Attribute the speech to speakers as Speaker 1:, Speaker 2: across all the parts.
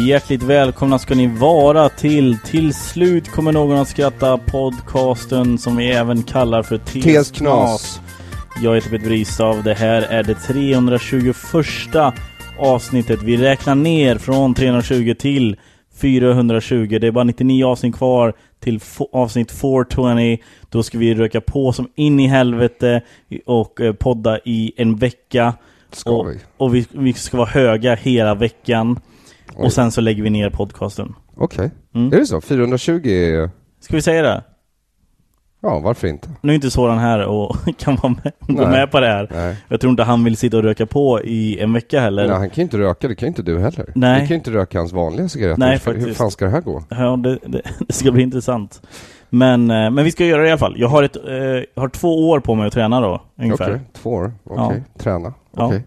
Speaker 1: Hjärtligt välkomna ska ni vara till Till slut kommer någon att skratta podcasten som vi även kallar för
Speaker 2: TS
Speaker 1: TS
Speaker 2: Knas.
Speaker 1: Knas. Jag heter Peter Bristav. Det här är det 321 avsnittet. Vi räknar ner från 320 till 420. Det är bara 99 avsnitt kvar till fo- avsnitt 420. Då ska vi röka på som in i helvete och eh, podda i en vecka.
Speaker 2: Ska
Speaker 1: och
Speaker 2: vi?
Speaker 1: och vi, vi ska vara höga hela veckan. Och sen så lägger vi ner podcasten.
Speaker 2: Okej.
Speaker 1: Mm.
Speaker 2: Är det så? 420 är...
Speaker 1: Ska vi säga det?
Speaker 2: Ja, varför inte?
Speaker 1: Nu är inte Soran här och kan vara med, gå
Speaker 2: Nej.
Speaker 1: med på det här.
Speaker 2: Nej.
Speaker 1: Jag tror inte han vill sitta och röka på i en vecka heller.
Speaker 2: Nej, han kan ju inte röka, det kan ju inte du heller.
Speaker 1: Nej.
Speaker 2: Du kan ju inte röka hans vanliga cigaretter.
Speaker 1: Nej,
Speaker 2: Hur ska- Hur
Speaker 1: faktiskt.
Speaker 2: fan ska det här gå?
Speaker 1: Ja, det, det, det ska bli intressant. Men, eh, men vi ska göra det i alla fall. Jag har, ett, eh, jag har två år på mig att träna då, ungefär.
Speaker 2: Okej, två år. Okej, träna.
Speaker 1: Ja.
Speaker 2: Okej,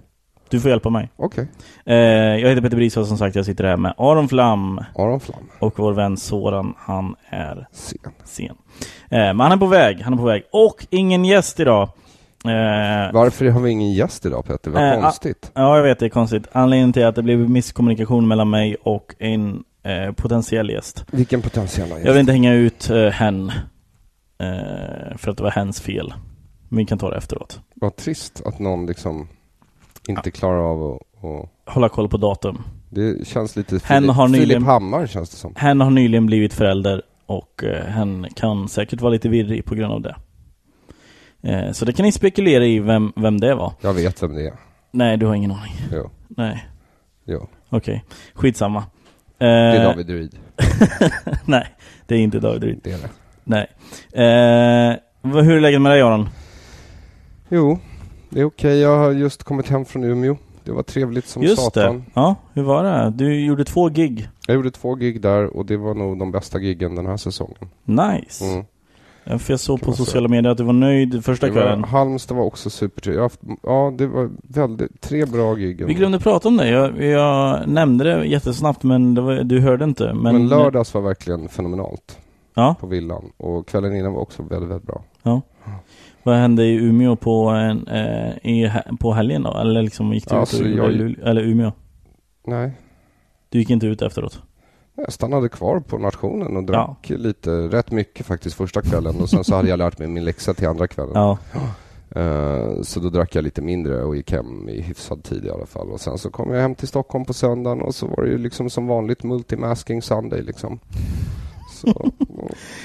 Speaker 1: Du får hjälpa mig.
Speaker 2: okej.
Speaker 1: Eh, jag heter Peter Brisa som sagt, jag sitter här med Aron Flam
Speaker 2: Aron Flam.
Speaker 1: och vår vän Soran, han är
Speaker 2: Sen.
Speaker 1: sen. Eh, men han är på väg, han är på väg. Och ingen gäst idag. Eh,
Speaker 2: Varför har vi ingen gäst idag Petter? Vad
Speaker 1: Eh,
Speaker 2: konstigt.
Speaker 1: Ja, jag vet det är konstigt. Anledningen till att det blev misskommunikation mellan mig och en eh, potentiell gäst.
Speaker 2: Vilken potentiell gäst.
Speaker 1: Jag vill inte hänga ut eh, hen eh, för att det var hens fel. Men vi kan ta det efteråt.
Speaker 2: Vad trist att någon liksom inte klarar av att... Och...
Speaker 1: Hålla koll på datum.
Speaker 2: Det känns lite
Speaker 1: Hen
Speaker 2: Filip,
Speaker 1: har nyligen-
Speaker 2: Filip Hammar känns det som.
Speaker 1: Hen har nyligen blivit förälder och eh, hen kan säkert vara lite virrig på grund av det. Eh, så det kan ni spekulera i vem, vem det var.
Speaker 2: Jag vet vem det är.
Speaker 1: Nej, du har ingen aning.
Speaker 2: Jo,
Speaker 1: Nej,
Speaker 2: jo.
Speaker 1: okej. Skitsamma. Eh,
Speaker 2: Det är David Druid.
Speaker 1: Nej, det är inte David Eh. Ryd.
Speaker 2: Det är det.
Speaker 1: Nej. Eh, vad- hur är läget med dig Aron?
Speaker 2: Jo, det är okej. Jag har just kommit hem från Umeå. Det var trevligt som
Speaker 1: Just
Speaker 2: satan.
Speaker 1: det. Ja, hur var det? Du gjorde två gig.
Speaker 2: Jag gjorde två gig där och det var nog de bästa giggen den här säsongen.
Speaker 1: Nice.
Speaker 2: Mm.
Speaker 1: Ja, Eh, För jag såg
Speaker 2: Kan
Speaker 1: på
Speaker 2: man säga.
Speaker 1: sociala medier att du var nöjd första
Speaker 2: Det var,
Speaker 1: kvällen.
Speaker 2: Halmstad var också supertrevligt. Jag har haft, ja, det var väldigt, tre bra gig.
Speaker 1: Vi glömde prata om det. Jag, jag nämnde det jättesnabbt men det var, du hörde inte. Men,
Speaker 2: men, lördags var verkligen fenomenalt
Speaker 1: Ja,
Speaker 2: på villan och kvällen innan var också väldigt, väldigt bra.
Speaker 1: vad hände i Umeå på, en, eh, i, he- på helgen då? Eller liksom gick du
Speaker 2: Alltså,
Speaker 1: ut och,
Speaker 2: jag-
Speaker 1: gjorde Luleå- eller Umeå?
Speaker 2: Nej,
Speaker 1: Du gick inte ut efteråt?
Speaker 2: jag stannade kvar på nationen och drack lite, rätt mycket faktiskt första kvällen och sen så hade jag lärt mig min läxa till andra kvällen.
Speaker 1: Ja.
Speaker 2: Eh, Så då drack jag lite mindre och gick hem i hyfsad tid i alla fall. Och sen så kom jag hem till Stockholm på söndagen och så var det ju liksom som vanligt multimasking Sunday liksom. Så,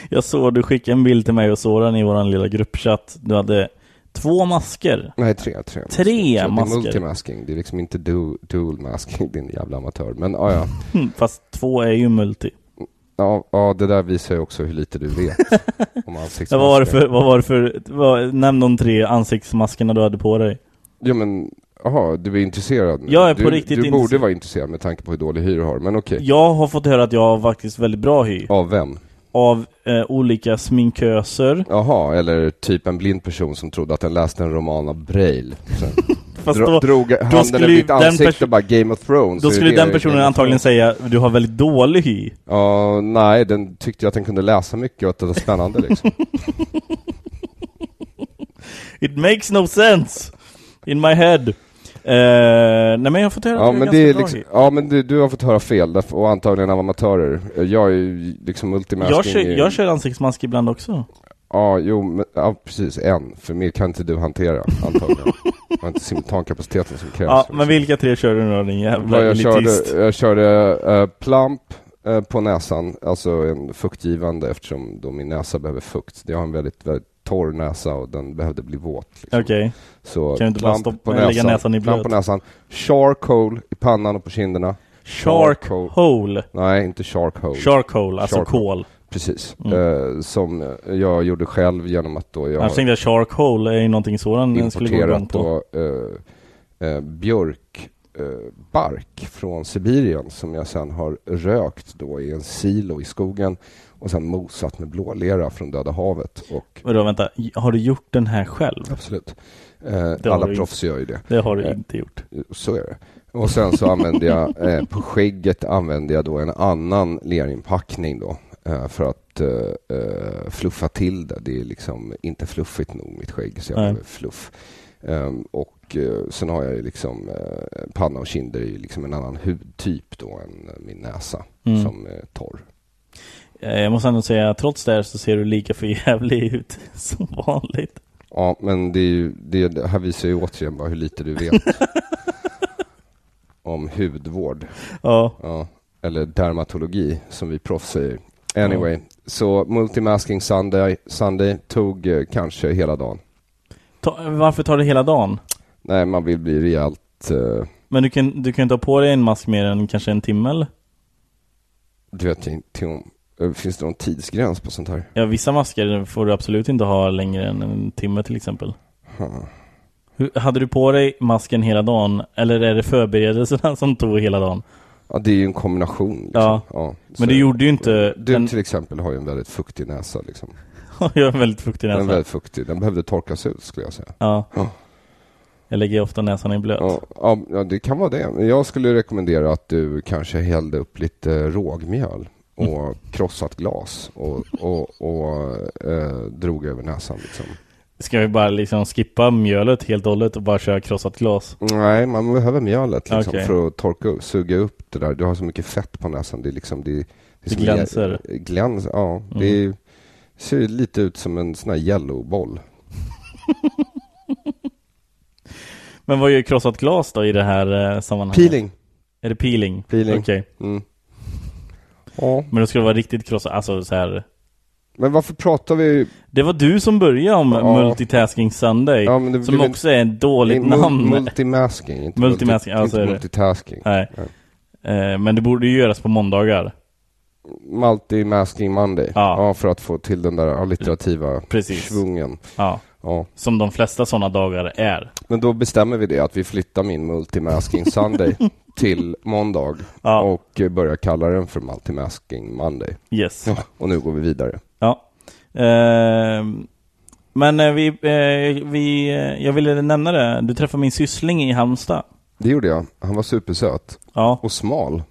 Speaker 1: Jag såg du skickade en bild till mig och Soran i våran lilla gruppchatt. Du hade två masker.
Speaker 2: nej, tre. Tre,
Speaker 1: Tre
Speaker 2: Så Det
Speaker 1: masker.
Speaker 2: är multimasking, det är liksom inte du, dual masking din jävla amatör. Men ah, ja, ja.
Speaker 1: Hmm, Fast två är ju multi.
Speaker 2: ja, ja, det där visar ju också hur lite du vet om
Speaker 1: Ja,
Speaker 2: ansiktsmasker.
Speaker 1: vad var det för, vad var det för vad, nämn de tre ansiktsmaskerna du hade på dig.
Speaker 2: Jo men, jaha, du är intresserad nu.
Speaker 1: Jag är på
Speaker 2: du,
Speaker 1: riktigt
Speaker 2: Du borde
Speaker 1: intresserad.
Speaker 2: vara intresserad med tanke på hur dålig hyr du har, men okej.
Speaker 1: Jag har fått höra att jag har faktiskt väldigt bra hy.
Speaker 2: Av vem?
Speaker 1: Av eh, olika sminköser.
Speaker 2: Jaha, eller typ en blind person som trodde att den läste en roman av Braille. Sen
Speaker 1: Fast
Speaker 2: dro-
Speaker 1: då,
Speaker 2: drog
Speaker 1: då
Speaker 2: handen
Speaker 1: skulle
Speaker 2: i
Speaker 1: ju
Speaker 2: mitt
Speaker 1: den
Speaker 2: ansikte
Speaker 1: perso-
Speaker 2: och bara Game of Thrones.
Speaker 1: då
Speaker 2: så är
Speaker 1: skulle
Speaker 2: det
Speaker 1: den
Speaker 2: Game
Speaker 1: personen
Speaker 2: of
Speaker 1: antagligen
Speaker 2: Thrones.
Speaker 1: säga du har väldigt dålig hy.
Speaker 2: Ja, nej, den tyckte ju att den kunde läsa mycket och att det var spännande liksom.
Speaker 1: It makes no sense in my head. Eh, nej men jag har fått höra
Speaker 2: Ja
Speaker 1: att
Speaker 2: men,
Speaker 1: du
Speaker 2: det
Speaker 1: är
Speaker 2: är
Speaker 1: ganska
Speaker 2: liksom,
Speaker 1: bra
Speaker 2: ja men du, du har fått höra fel därför, och antagligen av amatörer. Jag är ju liksom
Speaker 1: hit.
Speaker 2: multimasking.
Speaker 1: jag kör,
Speaker 2: i-
Speaker 1: jag kör ansiktsmask ibland också.
Speaker 2: Ja, jo, men, ja, precis. En. För mer kan inte du hantera antagligen. Jag har inte simultankapaciteten som krävs.
Speaker 1: Ja,
Speaker 2: för
Speaker 1: men
Speaker 2: det.
Speaker 1: vilka tre kör du nu då din jävla
Speaker 2: Vad jag
Speaker 1: elitist?
Speaker 2: körde, jag körde eh, plump eh, på näsan, alltså en fuktgivande eftersom då min näsa behöver fukt. Jag har en väldigt, väldigt torr näsa och den behövde bli våt. Liksom.
Speaker 1: Okej,
Speaker 2: Så
Speaker 1: Kan du inte bara
Speaker 2: plump
Speaker 1: stoppa-
Speaker 2: på
Speaker 1: lägga
Speaker 2: näsan,
Speaker 1: näsan i
Speaker 2: plump på
Speaker 1: blöt?
Speaker 2: näsan, charcoal i pannan och på kinderna.
Speaker 1: Shark hole.
Speaker 2: Nej, inte charcoal.
Speaker 1: Shark hole, alltså
Speaker 2: Shark hole.
Speaker 1: kol.
Speaker 2: Precis.
Speaker 1: Mm. Alltså
Speaker 2: Eh, som eh, jag gjorde själv genom att då jag
Speaker 1: Annars tänkte jag shark hole är ju någonting sådan den skulle gå igång
Speaker 2: importerat
Speaker 1: på.
Speaker 2: då eh, eh, björk eh, bark från Sibirien som jag sen har rökt då i en silo i skogen och sen mosat med blålera från Döda havet. Och,
Speaker 1: Vadå vänta, har du gjort den här själv?
Speaker 2: absolut. Eh,
Speaker 1: du
Speaker 2: alla
Speaker 1: inte.
Speaker 2: proffs gör ju det.
Speaker 1: Det har du
Speaker 2: Eh.
Speaker 1: inte gjort.
Speaker 2: Så är det. Och sen så använde jag, eh, på skägget använde jag då en annan lerinpackning då eh, för att eh, eh, fluffa till det. Det är liksom inte fluffigt nog mitt skägg så jag
Speaker 1: Nej.
Speaker 2: behöver fluff. Ehm, och eh, sen har jag ju liksom eh, panna och kinder är ju liksom en annan hudtyp då än eh, min näsa
Speaker 1: Mm.
Speaker 2: som är torr.
Speaker 1: Eh, Jag måste ändå säga att trots det här så ser du lika för jävlig ut som vanligt.
Speaker 2: Ja, men det, är ju, det, det här visar ju återigen bara hur lite du vet om hudvård.
Speaker 1: Ja,
Speaker 2: Ja, eller dermatologi som vi proffs säger. Anyway, så multimasking Sunday, Sunday tog eh, kanske hela dagen.
Speaker 1: Ta, varför tar det hela dagen?
Speaker 2: Nej, man vill bli rejält... eh,
Speaker 1: Men du kan, du kan inte ha på dig en mask mer än kanske en timme eller?
Speaker 2: du vet inte om... eh, Finns det någon tidsgräns på sånt här?
Speaker 1: Ja, vissa masker får du absolut inte ha längre än en timme till exempel.
Speaker 2: Hmm.
Speaker 1: Hur, hade du på dig masken hela dagen? Eller är det förberedelserna som tog hela dagen?
Speaker 2: Ja, det är ju en kombination. Liksom.
Speaker 1: Ja.
Speaker 2: så-
Speaker 1: Men du gjorde ju inte...
Speaker 2: Du
Speaker 1: den,
Speaker 2: till exempel har ju en väldigt fuktig näsa. Liksom.
Speaker 1: jag är väldigt fuktig
Speaker 2: Den är
Speaker 1: näsa.
Speaker 2: väldigt fuktig. Den behövde torkas ut skulle jag säga.
Speaker 1: Ja.
Speaker 2: Ja.
Speaker 1: Jag lägger ofta näsan i blöt.
Speaker 2: Ja, ja, ja, det kan vara det. Men Jag skulle rekommendera att du kanske hällde upp lite rågmjöl och
Speaker 1: Mm.
Speaker 2: krossat glas och, och, och eh, drog över näsan. Liksom.
Speaker 1: Ska vi bara liksom skippa mjölet helt och hållet och bara köra krossat glas?
Speaker 2: Nej, man behöver mjölet liksom,
Speaker 1: Okej.
Speaker 2: för att torka upp, suga upp det där. Du har så mycket fett på näsan. Det, är liksom, det, är- det, är som-
Speaker 1: glänser. Mm.
Speaker 2: Gläns, ja, det är- ser ju lite ut som en sån här yellowboll.
Speaker 1: Men vad gör krossat glas då i det här eh, sammanhanget?
Speaker 2: Peeling.
Speaker 1: Är det peeling?
Speaker 2: Peeling.
Speaker 1: Okej.
Speaker 2: Mm. Ja,
Speaker 1: Men då ska det vara riktigt krossat, alltså så här.
Speaker 2: men varför pratar vi...
Speaker 1: Det var du som började om
Speaker 2: Ja.
Speaker 1: Multitasking Sunday.
Speaker 2: Ja, men det
Speaker 1: som
Speaker 2: blir-
Speaker 1: också är ett dåligt
Speaker 2: mul-
Speaker 1: namn.
Speaker 2: Multimasking, inte,
Speaker 1: Multimasking, ja, så
Speaker 2: multi,
Speaker 1: är det.
Speaker 2: inte multitasking.
Speaker 1: Nej. Eh, Men det borde ju göras på måndagar.
Speaker 2: Multimasking Monday. Ja.
Speaker 1: Ja.
Speaker 2: för att få till den där alliterativa
Speaker 1: Precis.
Speaker 2: svungen.
Speaker 1: Ja.
Speaker 2: Ja.
Speaker 1: Som de flesta sådana dagar är.
Speaker 2: Men då bestämmer vi det att vi flyttar min Multimasking Sunday till måndag
Speaker 1: Ja.
Speaker 2: och eh, börjar kalla den för Multimasking Monday.
Speaker 1: Yes.
Speaker 2: Ja. Och nu går vi vidare.
Speaker 1: Ja. Ehm, men eh, vi, eh, vi, eh, jag ville nämna det. Du träffade min syssling i Halmstad.
Speaker 2: Det gjorde jag. Han var supersöt
Speaker 1: Ja.
Speaker 2: och smal.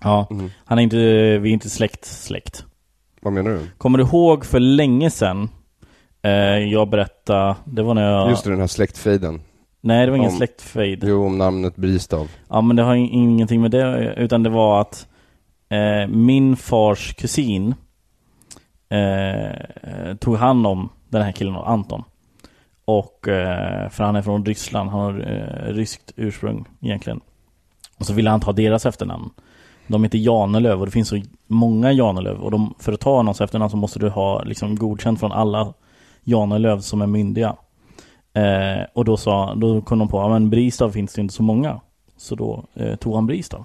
Speaker 1: ja.
Speaker 2: Mm.
Speaker 1: Han är inte, vi är inte släkt släkt.
Speaker 2: Vad menar du?
Speaker 1: Kommer du ihåg för länge sedan? Eh, jag berättade, det var när jag...
Speaker 2: Just det, den här släktfejden.
Speaker 1: Nej, det var ingen
Speaker 2: Om-
Speaker 1: släktfejd.
Speaker 2: Jo, om namnet Bristav.
Speaker 1: Ja men det har in- ingenting med det utan det var att eh, min fars kusin eh, tog hand om den här killen, Anton. Och, eh, för han är från Ryssland, han har eh, ryskt ursprung egentligen. Och så ville han ta deras efternamn. De heter Janelöv och det finns så många Janelöv och de, för att ta någons efternamn så måste du ha liksom, godkänt från alla Janelöv som är myndiga. Eh, och då, sa, då kom de på att men Bristav finns det inte så många. Så då eh, tog han Bristav.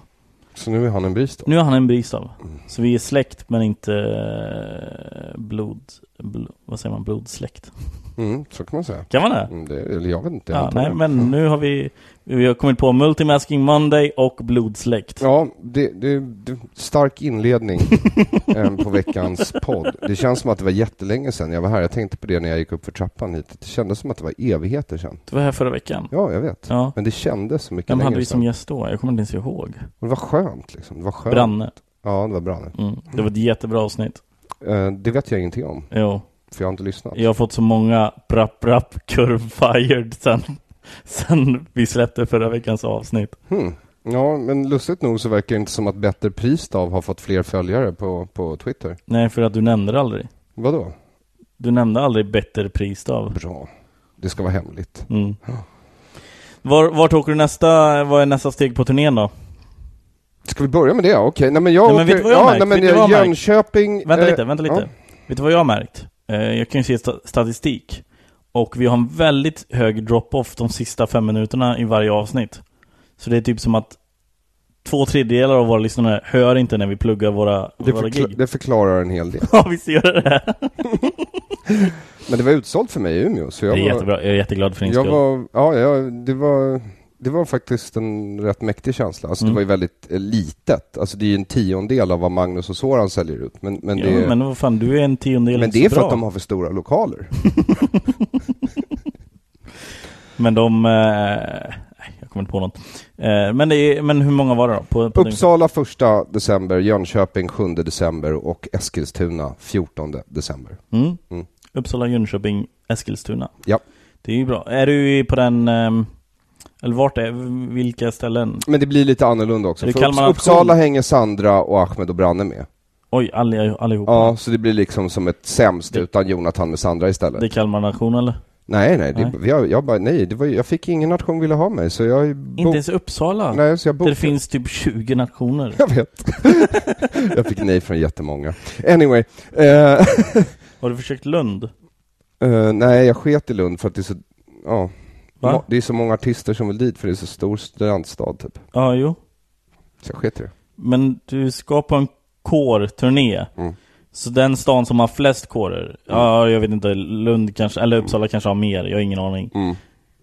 Speaker 2: Så nu är han en Bristav.
Speaker 1: Nu är han en Bristav.
Speaker 2: Mm.
Speaker 1: Så vi är släkt men inte eh, blod, bl- vad säger man, blodsläkt.
Speaker 2: Mm, så kan man säga.
Speaker 1: Kan man det?
Speaker 2: Mm, det eller jag vet inte. jag
Speaker 1: Ja,
Speaker 2: antar
Speaker 1: nej,
Speaker 2: det.
Speaker 1: men nu har vi, vi har kommit på Multimasking Monday och blodsläkt.
Speaker 2: Ja, det, det, det stark inledning eh, på veckans podd. Det känns som att det var jättelänge sedan jag var här. Jag tänkte på det när jag gick upp för trappan hit. Det kändes som att det var evigheter sedan.
Speaker 1: Du var här förra veckan.
Speaker 2: Ja, jag vet.
Speaker 1: Ja.
Speaker 2: Men det kändes så mycket
Speaker 1: Vem hade
Speaker 2: längre
Speaker 1: vi som
Speaker 2: sedan.
Speaker 1: gäst då? Jag kommer inte ens ihåg.
Speaker 2: Och det var skönt liksom. Det var skönt.
Speaker 1: Branne.
Speaker 2: Ja, det var Branne.
Speaker 1: Mm. Det var ett jättebra avsnitt.
Speaker 2: Eh, det vet jag ingenting om,
Speaker 1: Jo.
Speaker 2: för jag har inte lyssnat.
Speaker 1: Jag har fått så många brapp brapp curve fired sen. sen vi släppte förra veckans avsnitt.
Speaker 2: Hmm. Ja, men lustigt nog så verkar det inte som att Bättre Pristav har fått fler följare på, på Twitter.
Speaker 1: Nej, för att du nämnde det aldrig.
Speaker 2: Vadå?
Speaker 1: Du nämnde aldrig bättre pristav.
Speaker 2: Bra. Det ska vara hemligt.
Speaker 1: Mm. Var, vart åker du nästa, vad är nästa steg på turnén då?
Speaker 2: Ska vi börja med det? Okej. Nej, men jag
Speaker 1: Nej, men vet du vad jag har
Speaker 2: ja,
Speaker 1: märkt?
Speaker 2: nej, men
Speaker 1: Vet du vad jag har märkt?
Speaker 2: Jönköping...
Speaker 1: Vänta
Speaker 2: eh,
Speaker 1: lite, vänta lite.
Speaker 2: ja.
Speaker 1: Vet du vad jag har märkt? Eh, Jag kan ju se sta- statistik. Och vi har en väldigt hög drop-off de sista fem minuterna i varje avsnitt. Så det är typ som att två tredjedelar av våra lyssnare hör inte när vi pluggar våra,
Speaker 2: Det,
Speaker 1: våra
Speaker 2: förkla-
Speaker 1: gig.
Speaker 2: det förklarar en hel del.
Speaker 1: Ja, visst gör det det?
Speaker 2: Men det var utsålt för mig i Umeå, så
Speaker 1: Det
Speaker 2: jag
Speaker 1: är
Speaker 2: var...
Speaker 1: jättebra. Jag är jätteglad för din
Speaker 2: Jag
Speaker 1: skull.
Speaker 2: var, ja, jag, det, var, det var faktiskt en rätt mäktig känsla. Alltså,
Speaker 1: Mm.
Speaker 2: Det var ju väldigt eh, litet. Alltså, det är ju en tiondel av vad Magnus och Soran säljer ut. Men, men,
Speaker 1: Ja,
Speaker 2: det,
Speaker 1: men vad fan, du är en tiondel
Speaker 2: men
Speaker 1: inte
Speaker 2: det är
Speaker 1: så
Speaker 2: för
Speaker 1: bra.
Speaker 2: att de har för stora lokaler.
Speaker 1: Men de... Eh, nej, jag kommer inte på något. Eh, men, det är, men hur många var det då? På, på dygnet?
Speaker 2: Uppsala 1 december, Jönköping 7 december och Eskilstuna 14 december.
Speaker 1: Mm.
Speaker 2: Mm.
Speaker 1: Uppsala, Jönköping, Eskilstuna.
Speaker 2: Ja.
Speaker 1: Det är ju bra. Är du på den, ehm, eller vart är, vilka ställen?
Speaker 2: Men det blir lite annorlunda också.
Speaker 1: Det
Speaker 2: För
Speaker 1: kallar man
Speaker 2: Upps- Uppsala hänger Sandra och Ahmed och Branne med.
Speaker 1: Oj, alli- allihopa.
Speaker 2: Ja, så det blir liksom som ett sämst
Speaker 1: Det-
Speaker 2: utan Jonathan med Sandra istället.
Speaker 1: Det är Kalmar nation eller?
Speaker 2: Nej, nej, det,
Speaker 1: Nej.
Speaker 2: Jag, jag bara, nej, det var, ju- jag fick ingen nation ville ha mig, så jag
Speaker 1: Inte
Speaker 2: bokade.
Speaker 1: ens Uppsala?
Speaker 2: Nej, så jag
Speaker 1: där det
Speaker 2: bokade.
Speaker 1: finns typ 20 nationer.
Speaker 2: Jag vet. jag fick nej från jättemånga. Anyway, eh,
Speaker 1: Har du försökt Lund?
Speaker 2: eh, nej, jag sket i Lund för att det är så, ja,
Speaker 1: Va?
Speaker 2: ma- det är så många artister som vill dit för det är så stor studentstad typ.
Speaker 1: Ja, jo.
Speaker 2: Så jag sket i det.
Speaker 1: Men du ska på en kårturné.
Speaker 2: Mm.
Speaker 1: Så den stan som har flest kårer, ja jag vet inte, Lund kanske, eller Uppsala kanske har mer, jag har ingen aning.
Speaker 2: Mm.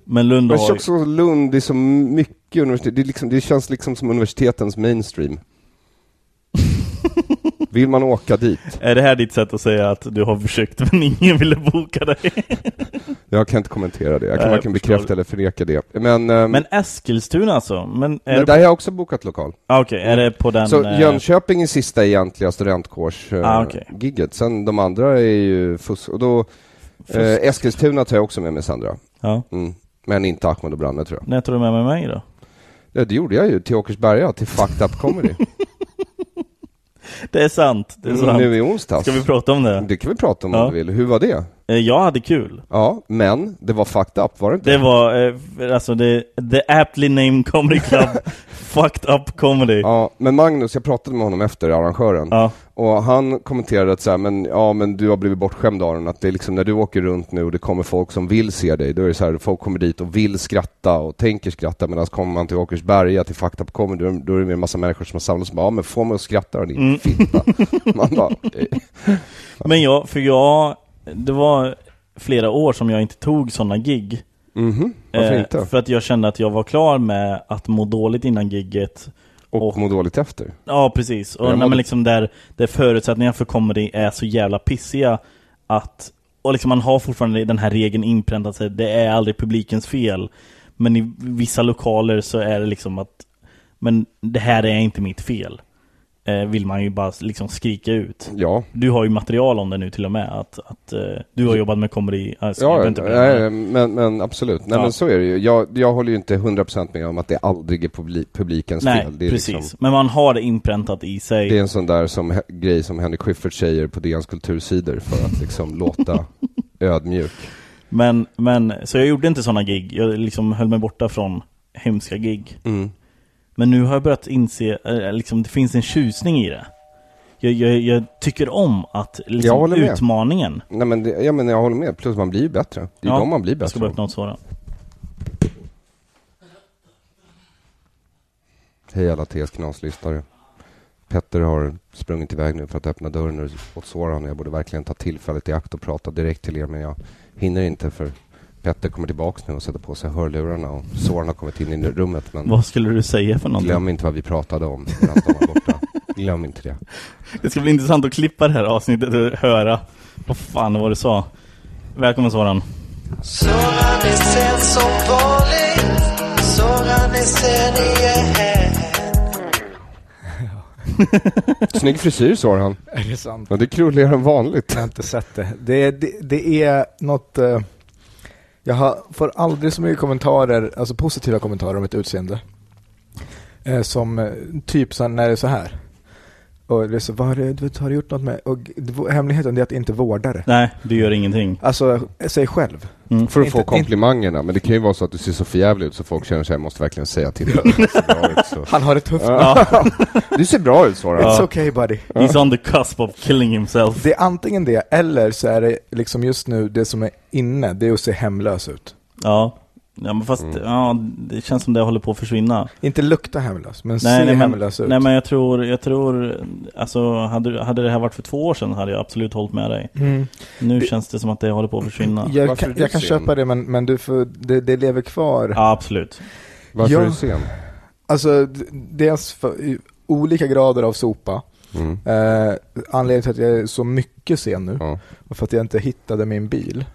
Speaker 1: Men Lund
Speaker 2: Men
Speaker 1: har ju-
Speaker 2: också Lund, det är så mycket universitet, det, är liksom, det känns liksom som universitetens mainstream. Vill man åka dit?
Speaker 1: Är det här ditt sätt att säga att du har försökt men ingen ville boka dig?
Speaker 2: Jag kan inte kommentera det, jag
Speaker 1: Nej,
Speaker 2: kan
Speaker 1: jag
Speaker 2: varken
Speaker 1: förstår.
Speaker 2: bekräfta eller förneka det. Men, eh,
Speaker 1: Men Eskilstuna alltså? Men är
Speaker 2: men
Speaker 1: det...
Speaker 2: där har jag också bokat lokal.
Speaker 1: Ah, Okej, är det på den...
Speaker 2: Så
Speaker 1: eh,
Speaker 2: Jönköping är sista egentliga studentkårs-gigget. Eh,
Speaker 1: Ah, okej.
Speaker 2: Sen de andra är ju fusk. Och då,
Speaker 1: fusk-
Speaker 2: eh, Eskilstuna tar jag också med mig Sandra.
Speaker 1: Ja.
Speaker 2: Mm. Men inte Ahmed och Branne tror jag.
Speaker 1: När tar du med mig mig då?
Speaker 2: Ja, det gjorde jag ju till Åkersberga, till Fucked Up Comedy.
Speaker 1: Det är sant, det är sant.
Speaker 2: Mm, nu i onsdags.
Speaker 1: Ska vi prata om det?
Speaker 2: Det kan vi prata om
Speaker 1: Ja.
Speaker 2: om du vill. Hur var det?
Speaker 1: Eh, Jag hade kul.
Speaker 2: Ja, men det var fucked up, var det inte?
Speaker 1: Det var eh, alltså det, The Aptly Named Comedy Club Fucked Up Comedy. Ja.
Speaker 2: Ja, men Magnus, jag pratade med honom efter, arrangören. Och han kommenterade att så här, men, ja, men du har blivit bortskämd Aron, att det är liksom när du åker runt nu och det kommer folk som vill se dig, då är det så här, folk kommer dit och vill skratta och tänker skratta, medan kommer man till Åkersberga, till Fakta på Comedy, då- då är det mer en massa människor som har samlats och bara, ja men få mig att skratta då, din
Speaker 1: Mm.
Speaker 2: fitta. Man bara, eh,
Speaker 1: Men jag, för jag, det var flera år som jag inte tog sådana gig.
Speaker 2: mhm, varför
Speaker 1: Eh,
Speaker 2: inte?
Speaker 1: För att jag kände att jag var klar med att må dåligt innan gigget
Speaker 2: Och,
Speaker 1: och-
Speaker 2: må dåligt efter.
Speaker 1: Ja precis, och
Speaker 2: Jag
Speaker 1: när
Speaker 2: mådde-
Speaker 1: man liksom där, där förutsättningarna för comedy är så jävla pissiga att och liksom man har fortfarande den här regeln inpräntad sig, det är aldrig publikens fel. Men i vissa lokaler så är det liksom att Men det här är inte mitt fel. Eh, vill man ju bara liksom skrika ut.
Speaker 2: Ja,
Speaker 1: Du har ju material om det nu till och med, att, att eh, du har jobbat med comedy. Alltså, jag
Speaker 2: ja
Speaker 1: behöver
Speaker 2: nej,
Speaker 1: inte berätta det.
Speaker 2: men, men absolut. Nej
Speaker 1: Ja.
Speaker 2: men så är det ju. Jag, jag håller ju inte 100% med om att det aldrig är publi- publikens
Speaker 1: Nej,
Speaker 2: fel. Det är,
Speaker 1: precis.
Speaker 2: liksom,
Speaker 1: Men man har det inpräntat i sig.
Speaker 2: Det är en sån där som, he- grej som Henrik Schyffert säger på DNs kultursidor för att liksom låta ödmjuk.
Speaker 1: Men, men, så jag gjorde inte sådana gig. Jag liksom höll mig borta från hemska gig.
Speaker 2: Mm.
Speaker 1: Men nu har jag börjat inse, eh, liksom, det finns en tjusning i det. Jag, jag, jag tycker om att
Speaker 2: Jag
Speaker 1: liksom,
Speaker 2: håller med.
Speaker 1: utmaningen.
Speaker 2: Nej men, det, ja, men jag håller med, plus man blir ju bättre. Det är
Speaker 1: Ja,
Speaker 2: då man blir
Speaker 1: Jag ska
Speaker 2: bättre.
Speaker 1: bara öppna något sådant.
Speaker 2: Hej alla TS Knaslyssnare. Petter har sprungit iväg nu för att öppna dörren åt Soran. Jag borde verkligen ta tillfället i akt och prata direkt till er men jag hinner inte för Petter kommer tillbaks nu och sätter på sig hörlurarna och Soran har kommit in i rummet men
Speaker 1: Vad skulle du säga för någonting?
Speaker 2: glöm inte vad vi pratade om medan de var borta. Glöm inte det.
Speaker 1: Det ska bli intressant att klippa det här avsnittet och höra vad fan var det du sa. Välkommen Soran.
Speaker 3: Soran är sen som vanligt Soran är sen igen
Speaker 2: Snygg frisyr Soran.
Speaker 4: Är det sant?
Speaker 2: Ja, det är krulligare än vanligt.
Speaker 4: Jag har inte sett det. Det, är- det, det är något... eh, Jag har, får aldrig så mycket kommentarer, alltså positiva kommentarer om ett utseende. Eh, som eh, typ så här, när det är så här. Och det är så, vad har du, du vet, har du gjort något med? Och det- hemligheten är att inte vårda det.
Speaker 1: Nej, du gör ingenting.
Speaker 4: Alltså, säg själv.
Speaker 2: För att
Speaker 4: Inte-
Speaker 2: få komplimangerna. Men det kan ju vara så att du ser så förjävlig ut så folk känner sig, jag måste verkligen säga till dig. Du ser bra ut, så.
Speaker 4: Han har det tufft.
Speaker 2: Du ser bra ut Soran.
Speaker 4: It's okay buddy.
Speaker 1: He's on the cusp of killing himself.
Speaker 4: Det är antingen det, eller så är det liksom just nu det som är inne, det är att se hemlös ut.
Speaker 1: Ja. Ja men fast,
Speaker 2: Mm.
Speaker 1: ja, det känns som det håller på att försvinna.
Speaker 4: Inte lukta hemlös, men se hemlös
Speaker 1: men,
Speaker 4: ut.
Speaker 1: nej men jag tror, jag tror, alltså hade, hade det här varit för två år sedan hade jag absolut hållit med dig.
Speaker 4: Mm.
Speaker 1: Nu känns det som att det håller på att försvinna. Ja,
Speaker 4: jag
Speaker 2: Varför är
Speaker 4: kan,
Speaker 2: du
Speaker 4: jag kan
Speaker 2: sen?
Speaker 4: köpa det, men, men du får, det, det lever kvar.
Speaker 1: absolut.
Speaker 2: Varför
Speaker 4: Ja.
Speaker 2: är du sen?
Speaker 4: Alltså, d- dels för, i olika grader av sopa.
Speaker 2: Mm.
Speaker 4: Eh, anledningen till att jag är så mycket sen nu,
Speaker 2: Ja.
Speaker 4: var för att jag inte hittade min bil.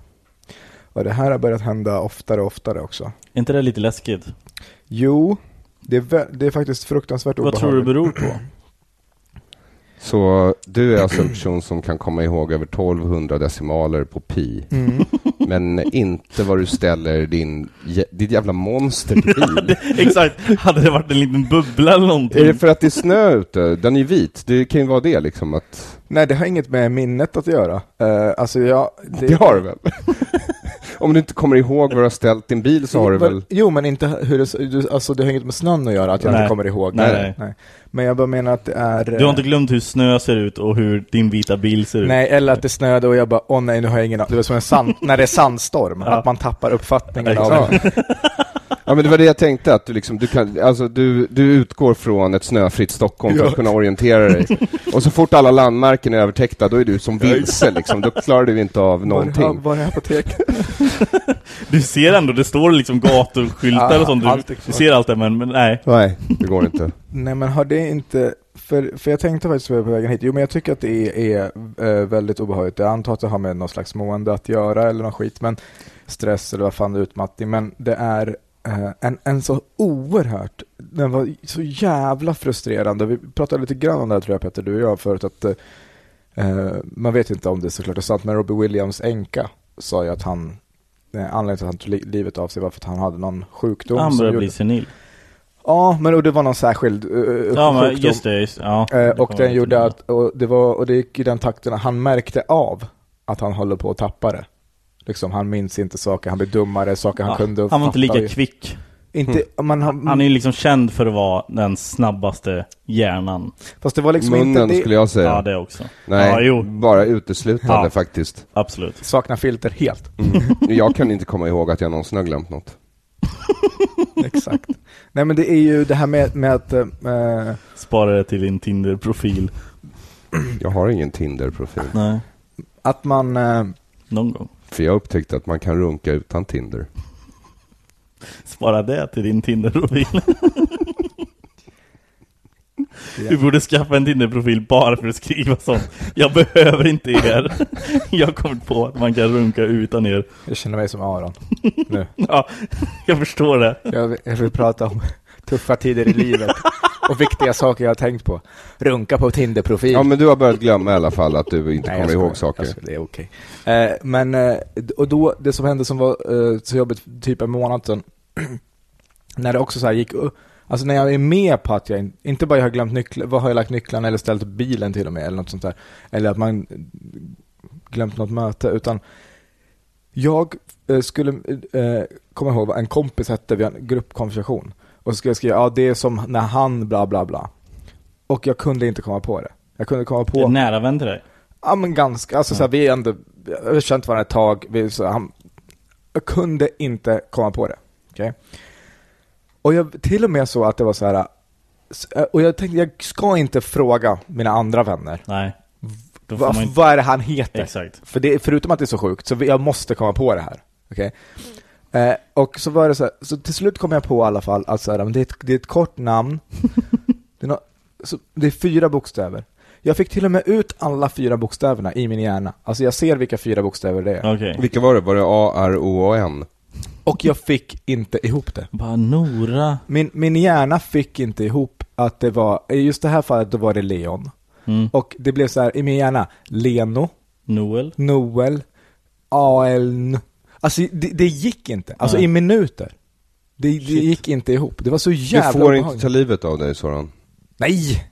Speaker 4: Och det här har börjat hända oftare och oftare också.
Speaker 1: Är inte det lite läskigt?
Speaker 4: Jo, det är, vä- det är faktiskt fruktansvärt
Speaker 1: Vad tror du det
Speaker 4: obehagligt.
Speaker 1: beror på?
Speaker 2: Så du är alltså en person som kan komma ihåg över 1200 decimaler på pi. Men inte vad du ställer din, jä- ditt jävla monster till.
Speaker 1: Exakt, hade det varit en liten bubbla eller
Speaker 2: Är det
Speaker 1: någonting?
Speaker 2: för att det är snö ute? Den är vit. Det kan ju vara det liksom att...
Speaker 4: Nej, det har inget med minnet att göra. Eh, alltså jag...
Speaker 2: Det har du väl? Om du inte kommer ihåg var du har ställt din bil så har du väl...
Speaker 4: Jo, men inte hur det... du- Alltså det har inget med snön att göra, att jag
Speaker 1: Nej.
Speaker 4: inte kommer ihåg.
Speaker 1: Nej, nej.
Speaker 4: Men jag bara menar att det är...
Speaker 1: Du har inte glömt hur snö ser ut och hur din vita bil
Speaker 2: Typ.
Speaker 1: ser ut?
Speaker 4: Nej, eller att det snöade och jag bara, åh nej, nu har jag ingen aning. Det var som en sand, när det är sandstorm, att man tappar uppfattningen av...
Speaker 2: Ja. ja, men det var det jag tänkte att du liksom, du kan, alltså du, du utgår från ett snöfritt Stockholm för
Speaker 4: Ja.
Speaker 2: att kunna orientera dig. Och så fort alla landmärken är övertäckta, då är du som vilse liksom. Då klarar du inte av
Speaker 4: Var,
Speaker 2: någonting.
Speaker 4: var är apoteket?
Speaker 1: Du ser ändå, det står liksom gatuskyltar
Speaker 4: Ja,
Speaker 1: och sånt.
Speaker 4: allt
Speaker 1: Du,
Speaker 4: är klart.
Speaker 1: du ser allt det men, men nej.
Speaker 2: Nej, det går inte.
Speaker 4: Nej, men har det inte... För, för jag tänkte faktiskt på vägen hit, jo men jag tycker att det är, är eh, väldigt obehagligt. Jag antar att det har med någon slags mående att göra eller någon skit, men stress eller vad fan det är, utmattning. Men det är eh, en, en så oerhört, den var så jävla frustrerande. Vi pratade lite grann om det här tror jag Petter, du och jag förut, att eh, eh, man vet inte om det såklart är sant, men Robbie Williams änka sa ju att han, eh, anledningen till att han tog li- livet av sig var för att han hade någon sjukdom.
Speaker 1: Han
Speaker 4: som
Speaker 1: börjar
Speaker 4: gjorde-
Speaker 1: bli senil.
Speaker 4: Ja, men och det var någon särskild eh, eh,
Speaker 1: Ja men
Speaker 4: sjukdom.
Speaker 1: just det, just, ja.
Speaker 4: Eh,
Speaker 1: Det
Speaker 4: och
Speaker 1: kommer
Speaker 4: den
Speaker 1: jag
Speaker 4: gjorde
Speaker 1: till.
Speaker 4: att, och det, var, och det gick i den takten att han märkte av att han håller på att tappa det. Liksom, han minns inte saker, han blir dummare, saker han
Speaker 1: Ja,
Speaker 4: kunde
Speaker 1: Han var inte
Speaker 4: fatta.
Speaker 1: lika kvick.
Speaker 4: Inte, man, han,
Speaker 2: Mm.
Speaker 1: Han är ju liksom känd för att vara den snabbaste hjärnan.
Speaker 4: Fast det var liksom
Speaker 2: Munnen
Speaker 4: inte det,
Speaker 2: skulle jag
Speaker 1: Ja,
Speaker 2: säga.
Speaker 1: det också.
Speaker 2: Nej,
Speaker 1: Ja, jo,
Speaker 2: bara uteslutande
Speaker 1: Ja.
Speaker 2: faktiskt.
Speaker 1: absolut.
Speaker 4: sakna filter helt.
Speaker 2: Mm. Jag kan inte komma ihåg att jag någonsin har glömt något.
Speaker 4: Exakt. Nej men det är ju det här med, med att, eh,
Speaker 1: Spara det till din Tinder-profil.
Speaker 2: Jag har ingen Tinder-profil.
Speaker 1: Nej,
Speaker 4: att man, eh,
Speaker 1: någon gång.
Speaker 2: För jag upptäckte att man kan runka utan Tinder.
Speaker 1: Spara det till din Tinder-profil. Du borde skaffa en Tinder-profil bara för att skriva sånt. Jag behöver inte er. Jag har kommit på att man kan runka utan er.
Speaker 4: jag känner mig som Aron.
Speaker 1: Ja, jag förstår det.
Speaker 4: Jag vill, jag vill prata om tuffa tider i livet och viktiga saker jag har tänkt på. Runka på Tinder-profil.
Speaker 2: Ja, men du har börjat glömma i alla fall att du inte
Speaker 4: Nej,
Speaker 2: kommer
Speaker 4: jag
Speaker 2: ihåg
Speaker 4: skojar.
Speaker 2: saker.
Speaker 4: Jag skojar, det är okej. Eh, men, eh, d- och då, det som hände som var eh, så jobbigt typ en månad sedan, när det också så här gick upp, alltså när jag är med på att jag, in, inte bara jag har glömt nycklar, vad har jag lagt nycklarna eller ställt bilen till och med eller något sånt där, eller att man eh, glömt något möte, utan jag eh, skulle eh, komma ihåg vad en kompis hette vid en gruppkonversation, och så skulle jag skriva, ja det är som när han bla bla bla, och jag kunde inte komma på det. Jag kunde komma på...
Speaker 1: En nära vän till dig.
Speaker 4: Ja men ganska, alltså såhär, vi är ändå, vi har känt varandra ett tag, vi, så, han, jag kunde inte komma på det. Okej? Och jag, till och med så att det var så här. s- och jag tänkte jag ska inte fråga mina andra vänner,
Speaker 1: Nej. Då får
Speaker 4: vad,
Speaker 1: man inte...
Speaker 4: vad är det han heter?
Speaker 1: Exakt.
Speaker 4: För det, förutom att det är så sjukt, så vi- jag måste komma på det här. Okej? Eh, och så var det så här, så till slut kom jag på i alla fall att så här, men det, är ett, det är ett kort namn, det, är nå- så, det är fyra bokstäver. Jag fick till och med ut alla fyra bokstäverna i min hjärna. Alltså jag ser vilka fyra bokstäver det är.
Speaker 1: Okej.
Speaker 2: Vilka var det? Var det A, R, O och N?
Speaker 4: Och jag fick inte ihop det.
Speaker 1: Bara Nora.
Speaker 4: Min, min hjärna fick inte ihop att det var, i just det här fallet då var det Leon.
Speaker 1: Mm.
Speaker 4: Och det blev så här i min hjärna, Leno,
Speaker 1: Noel.
Speaker 4: Noel, ALN. Alltså det, det gick inte. Alltså
Speaker 1: Nej.
Speaker 4: i minuter. Det, det
Speaker 1: Shit.
Speaker 4: gick inte ihop. Det var så
Speaker 2: Du
Speaker 4: jävla
Speaker 2: får inte
Speaker 4: obehagligt.
Speaker 2: ta livet av dig, Soran.
Speaker 4: Nej!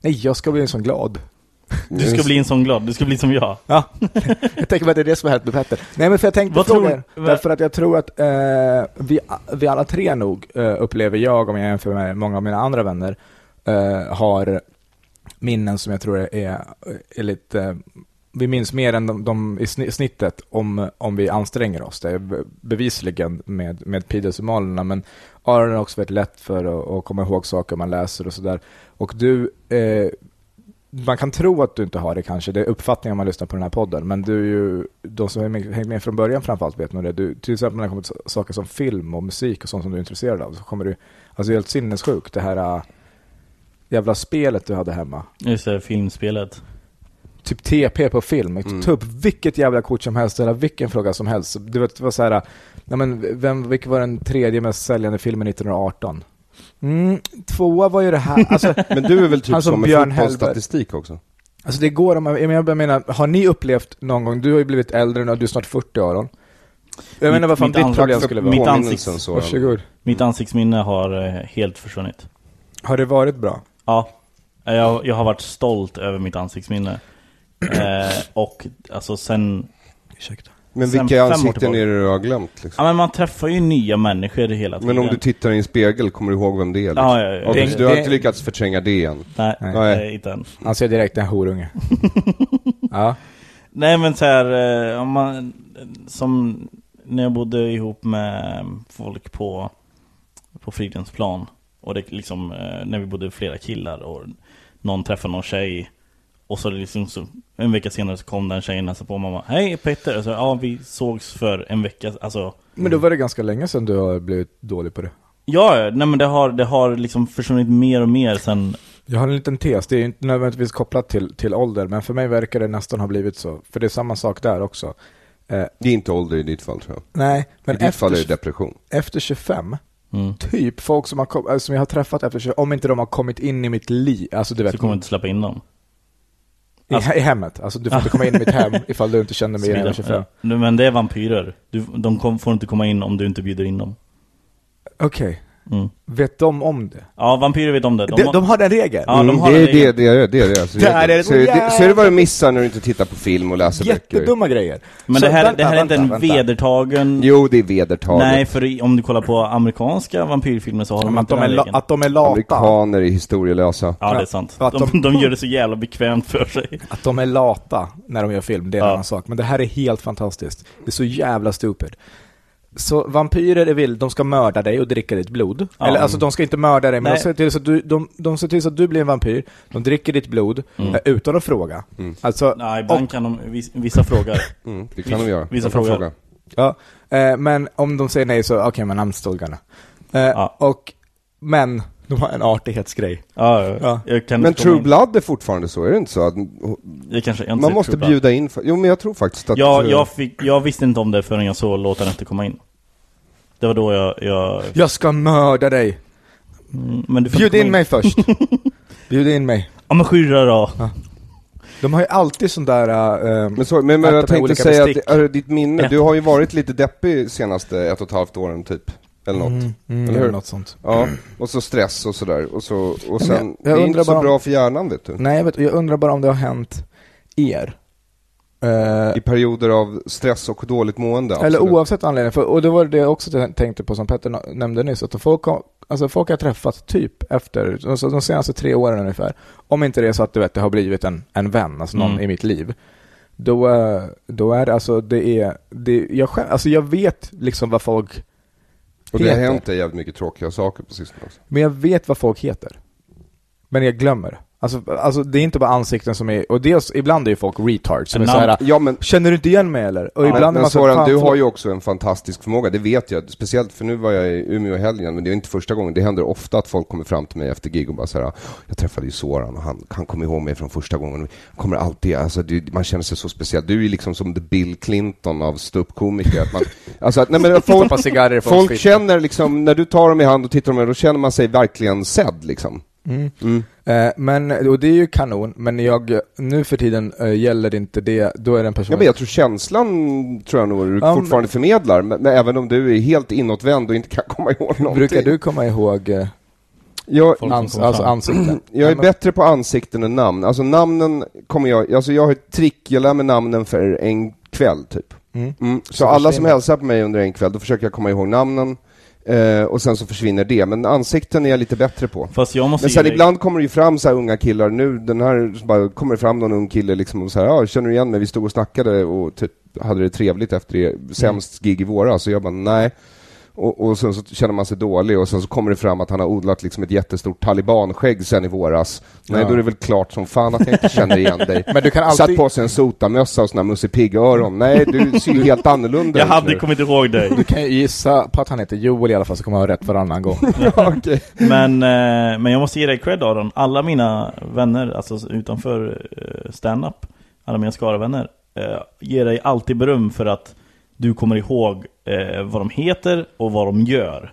Speaker 4: Nej, jag ska bli en sån glad.
Speaker 1: Du ska bli en sån glad, du ska bli som jag.
Speaker 4: Ja, jag tänker mig att det är det som har hänt med Petter. Nej men för jag tänkte
Speaker 1: Vad
Speaker 4: fråga
Speaker 1: tror-
Speaker 4: er, därför att jag tror att eh, vi, vi alla tre nog, eh, upplever jag, om jag jämför med många av mina andra vänner, eh, har minnen som jag tror är, är, lite, eh, vi minns mer än de, de i sni- snittet om, om vi anstränger oss. Det är be- bevisligen med, med pidosomalerna, men Aron är också väldigt lätt för att, att komma ihåg saker man läser och sådär. Och du, eh, man kan tro att du inte har det kanske, det är uppfattningen om man lyssnar på den här podden, men du är ju, de som har med- hängt med från början framförallt vet nog det, du, till exempel när det kommer till s- saker som film och musik och sånt som du är intresserad av, så kommer du, alltså det är helt sinnessjukt, det här äh, jävla spelet du hade hemma,
Speaker 1: Just det, filmspelet.
Speaker 4: typ TP på film,
Speaker 2: Mm.
Speaker 4: ta upp vilket jävla kort som helst, ställa vilken fråga som helst, Så du vet, det var så här, äh, ja men vem, vilken var den tredje mest säljande filmen 1918? Mm, tvåa var ju det här, alltså
Speaker 2: Men du är väl typ
Speaker 4: Han som
Speaker 2: som med
Speaker 4: Björn
Speaker 2: fotbollsstatistik också?
Speaker 4: Alltså det går, om man- jag menar, jag menar, har ni upplevt någon gång, du har ju blivit äldre nu, du är snart 40 Aron. Jag menar vad fan
Speaker 1: mitt
Speaker 4: ditt
Speaker 1: ansvar-
Speaker 4: problem skulle vara.
Speaker 1: mitt
Speaker 2: Påminnelsen,
Speaker 1: ansikts-
Speaker 2: Soran.
Speaker 4: Varsågod.
Speaker 1: Mitt ansiktsminne har eh, helt försvunnit.
Speaker 4: Har det varit bra?
Speaker 1: Ja, Eh, jag, jag har varit stolt över mitt ansiktsminne. Eh, och alltså sen...
Speaker 4: Ursäkta.
Speaker 2: Men
Speaker 1: Sen
Speaker 2: vilka
Speaker 1: fem år
Speaker 2: ansikten
Speaker 1: tillbaka.
Speaker 2: är det du har glömt? Liksom?
Speaker 1: Ja men man träffar ju nya människor hela tiden.
Speaker 2: Men om du tittar i en spegel, kommer du ihåg vem det är? Liksom?
Speaker 1: Ja, ja, ja.
Speaker 2: Okej,
Speaker 4: Det-
Speaker 2: så du har
Speaker 4: det-
Speaker 2: inte lyckats förtränga det än?
Speaker 1: Nej,
Speaker 4: Nej.
Speaker 1: nej.
Speaker 2: Nej.
Speaker 1: inte än.
Speaker 4: Han ser direkt en horunge. ja.
Speaker 1: Nej men så här, eh, om man, som när jag bodde ihop med folk på, på Fridhemsplan och det liksom, eh, när vi bodde flera killar och någon träffade någon tjej och så liksom så, en vecka senare så kom den tjejen och hälsade på och man bara Hej Petter! Så, ja vi sågs för en vecka, alltså
Speaker 4: Men då var det ganska länge sedan du har blivit dålig på det.
Speaker 1: Ja, ja, nej men det har, det har liksom försvunnit mer och mer sen
Speaker 4: Jag har en liten tes, det är ju inte nödvändigtvis kopplat till, till ålder, men för mig verkar det nästan ha blivit så. För det är samma sak där också. Eh,
Speaker 2: Det är inte ålder i ditt fall tror jag.
Speaker 4: Nej, men
Speaker 2: I ditt fall är
Speaker 4: efter,
Speaker 2: det depression.
Speaker 4: efter 25,
Speaker 1: mm.
Speaker 4: typ folk som, har, kom- äh, som jag har träffat efter 25, om inte de har kommit in i mitt liv, alltså du vet.
Speaker 1: så kommer jag inte släppa in dem.
Speaker 4: I,
Speaker 1: Alltså-
Speaker 4: I hemmet, alltså du får inte komma in i mitt hem ifall du inte känner mig
Speaker 1: Så blir
Speaker 4: innan jag
Speaker 1: det-
Speaker 4: är 25.
Speaker 1: Ja, eh, men det är vampyrer. Du, de kom, får inte komma in om du inte bjuder in dem.
Speaker 4: Okej,
Speaker 1: Mm.
Speaker 4: vet de om det?
Speaker 1: Ja, vampyrer vet om det.
Speaker 4: De, de,
Speaker 1: har-
Speaker 4: har den regeln? Mm.
Speaker 1: Ja, de har
Speaker 2: Mm. det, är
Speaker 1: en egen-
Speaker 2: det, det är det, det är det. Alltså,
Speaker 4: Där är det
Speaker 2: så, är det,
Speaker 4: jävla-
Speaker 2: så är det vad du missar när du inte tittar på film och läser böcker.
Speaker 4: Jättedumma grejer.
Speaker 1: Men
Speaker 4: Så
Speaker 1: det här,
Speaker 4: vänta,
Speaker 1: det här är inte en
Speaker 4: vänta, vänta.
Speaker 1: vedertagen...
Speaker 2: Jo, det är vedertaget.
Speaker 1: Nej, för i- om du kollar på amerikanska vampyrfilmer så har de
Speaker 4: Men Att
Speaker 1: inte
Speaker 4: de,
Speaker 1: den
Speaker 4: är
Speaker 1: här
Speaker 4: la,
Speaker 1: regeln.
Speaker 4: att de är lata.
Speaker 2: Amerikaner är historielösa.
Speaker 1: Ja, det
Speaker 4: Ja,
Speaker 1: är sant.
Speaker 4: att
Speaker 1: De,
Speaker 4: de-
Speaker 1: de gör det så jävla bekvämt för sig.
Speaker 4: Att de är lata när de gör film, det är en
Speaker 1: Ja.
Speaker 4: annan sak. Men det här är helt fantastiskt. Det är så jävla stupid. Så vampyrer är vill, de ska mörda dig och dricka ditt blod.
Speaker 1: Ja.
Speaker 4: Eller alltså de ska inte mörda dig, men de
Speaker 1: Nej.
Speaker 4: ser, till så att du, de, de ser till så att du blir en vampyr, de dricker ditt blod, eh, utan att fråga. Alltså,
Speaker 1: Nej, Mm. ibland kan de... vis- Vissa frågar.
Speaker 2: Mm, det kan de göra.
Speaker 1: Vissa
Speaker 2: Jag får
Speaker 1: frågor.
Speaker 2: fråga.
Speaker 4: Ja, eh, men om de säger nej så, okej men I'm still gonna. Eh,
Speaker 1: Ja.
Speaker 4: Och, men, de har en artighetsgrej.
Speaker 1: Ja, ja.
Speaker 4: Ja.
Speaker 1: Jag kan
Speaker 2: Men
Speaker 1: inte
Speaker 2: True
Speaker 1: komma in.
Speaker 2: Blood är fortfarande så, är det inte så? Att,
Speaker 1: Jag kanske, jag har inte
Speaker 2: man
Speaker 1: sett
Speaker 2: måste
Speaker 1: True Blood.
Speaker 2: bjuda in. För, jo, men jag tror faktiskt att... eh,
Speaker 1: Jag, jag, fick, jag visste inte om det förrän jag såg låten efter komma in. Det var då jag... jag
Speaker 4: Jag ska mörda dig!
Speaker 1: mm, men du får
Speaker 4: Bjud
Speaker 1: komma
Speaker 4: in mig först! Bjud in mig.
Speaker 1: Ja men skyrra då!
Speaker 4: De har ju alltid sån där... eh,
Speaker 2: Men, sorry, men, men
Speaker 4: Äta
Speaker 2: jag
Speaker 4: med
Speaker 2: tänkte
Speaker 4: olika
Speaker 2: säga
Speaker 4: bestick.
Speaker 2: att är det ditt minne,
Speaker 1: Ja.
Speaker 2: du har ju varit lite deppig senaste ett och ett halvt åren typ. Eller något.
Speaker 4: mm, mm,
Speaker 2: eller hur?
Speaker 4: något sånt.
Speaker 2: Ja, och så stress och sådär. Och, så, och
Speaker 4: men
Speaker 2: sen,
Speaker 4: jag- jag
Speaker 2: det är
Speaker 4: undrar
Speaker 2: inte så
Speaker 4: bara om-
Speaker 2: bra för hjärnan vet du.
Speaker 4: Nej, jag, vet, jag undrar bara om det har hänt er. Eh,
Speaker 2: I perioder av stress och dåligt mående.
Speaker 4: Eller
Speaker 2: absolut.
Speaker 4: oavsett anledning, för, och det var det jag också tänkte på som Petter na- nämnde nyss, att folk har, alltså folk har träffat typ efter, alltså de senaste tre åren ungefär, om inte det är så att du vet, det har blivit en, en vän, alltså någon
Speaker 1: Mm.
Speaker 4: i mitt liv, då, eh, då är det alltså, det är, det, jag själv, alltså jag vet liksom vad folk
Speaker 2: Och det har
Speaker 4: heter,
Speaker 2: hänt dig jävligt mycket tråkiga saker på sistone också.
Speaker 4: men jag vet vad folk heter. Men jag glömmer. Alltså, alltså det är inte bara ansikten som är, och dels, ibland är ju folk retards som är
Speaker 1: Men
Speaker 4: så här,
Speaker 1: namn-
Speaker 2: Ja men,
Speaker 4: känner du inte igen mig eller? Och
Speaker 1: Ja,
Speaker 4: ibland är
Speaker 2: men
Speaker 4: man så här,
Speaker 2: Soran,
Speaker 4: fan,
Speaker 2: du har
Speaker 4: förlåt.
Speaker 2: ju också en fantastisk förmåga, det vet jag. Speciellt för nu var jag i Umeå i helgen, men det är inte första gången. Det händer ofta att folk kommer fram till mig efter gig och bara så här, jag träffade ju Soran och han, han kom ihåg mig från första gången. Kommer alltid, alltså du, man känner sig så speciell. Du är liksom som the Bill Clinton av ståuppkomiker. att man- Alltså att, nej men folk,
Speaker 4: Stoppa cigarrer i folks
Speaker 2: folk
Speaker 4: fickor.
Speaker 2: känner liksom, när du tar dem i hand och tittar dem i ögonen, då känner man sig verkligen sedd liksom.
Speaker 4: Mm.
Speaker 2: Mm.
Speaker 4: Eh, men, och det är ju kanon, men jag, nu för tiden eh, gäller inte det, då är det en person...
Speaker 2: Ja, men jag tror känslan tror jag nog du
Speaker 4: Ja, men-
Speaker 2: fortfarande förmedlar, men, men även om du är helt inåtvänd och inte kan komma ihåg någonting.
Speaker 4: Brukar du komma ihåg eh,
Speaker 1: Folk
Speaker 2: Jag,
Speaker 1: som
Speaker 4: ans,
Speaker 1: kommer
Speaker 4: alltså
Speaker 1: fram.
Speaker 4: ansikten?
Speaker 2: jag är
Speaker 4: Ja, men-
Speaker 2: bättre på ansikten än namn. Alltså namnen kommer jag, alltså jag har ett trick, jag lär mig namnen för en kväll typ.
Speaker 4: Mm.
Speaker 2: Mm. Så,
Speaker 4: Så
Speaker 2: alla som
Speaker 4: försvinner.
Speaker 2: hälsar på mig under en kväll, då försöker jag komma ihåg namnen eh, och sen så försvinner det. Men ansikten är jag lite bättre på.
Speaker 1: Fast jag måste
Speaker 2: Men
Speaker 1: ge
Speaker 2: sen
Speaker 1: dig-
Speaker 2: ibland kommer det ju fram så här unga killar, nu den här, så bara, kommer det fram någon ung kille liksom och så här, ja, känner du igen mig? Vi stod och snackade och ty- hade det trevligt efter det sämst gig i våras, så jag bara nej. Och, och sen så känner man sig dålig och sen så kommer det fram att han har odlat liksom ett jättestort talibanskägg sen i våras. Nej,
Speaker 4: Ja.
Speaker 2: då är det väl klart som fan att jag inte känner igen dig.
Speaker 4: Men du kan
Speaker 2: Satt
Speaker 4: alltid...
Speaker 2: på sig en sotamössa och såna här Musse Pigg-öron. Nej, du ser ju helt annorlunda
Speaker 1: Jag
Speaker 2: ut
Speaker 1: hade
Speaker 2: nu.
Speaker 1: kommit ihåg dig.
Speaker 4: Du kan ju gissa på att han heter Joel i alla fall, så kommer jag ha rätt varannan gång.
Speaker 2: Ja, okej.
Speaker 1: Men, eh, men jag måste ge dig cred Aron, alla mina vänner, alltså utanför eh, stand-up Alla mina Skara-vänner eh, Ger dig alltid beröm för att du kommer ihåg eh, vad de heter och vad de gör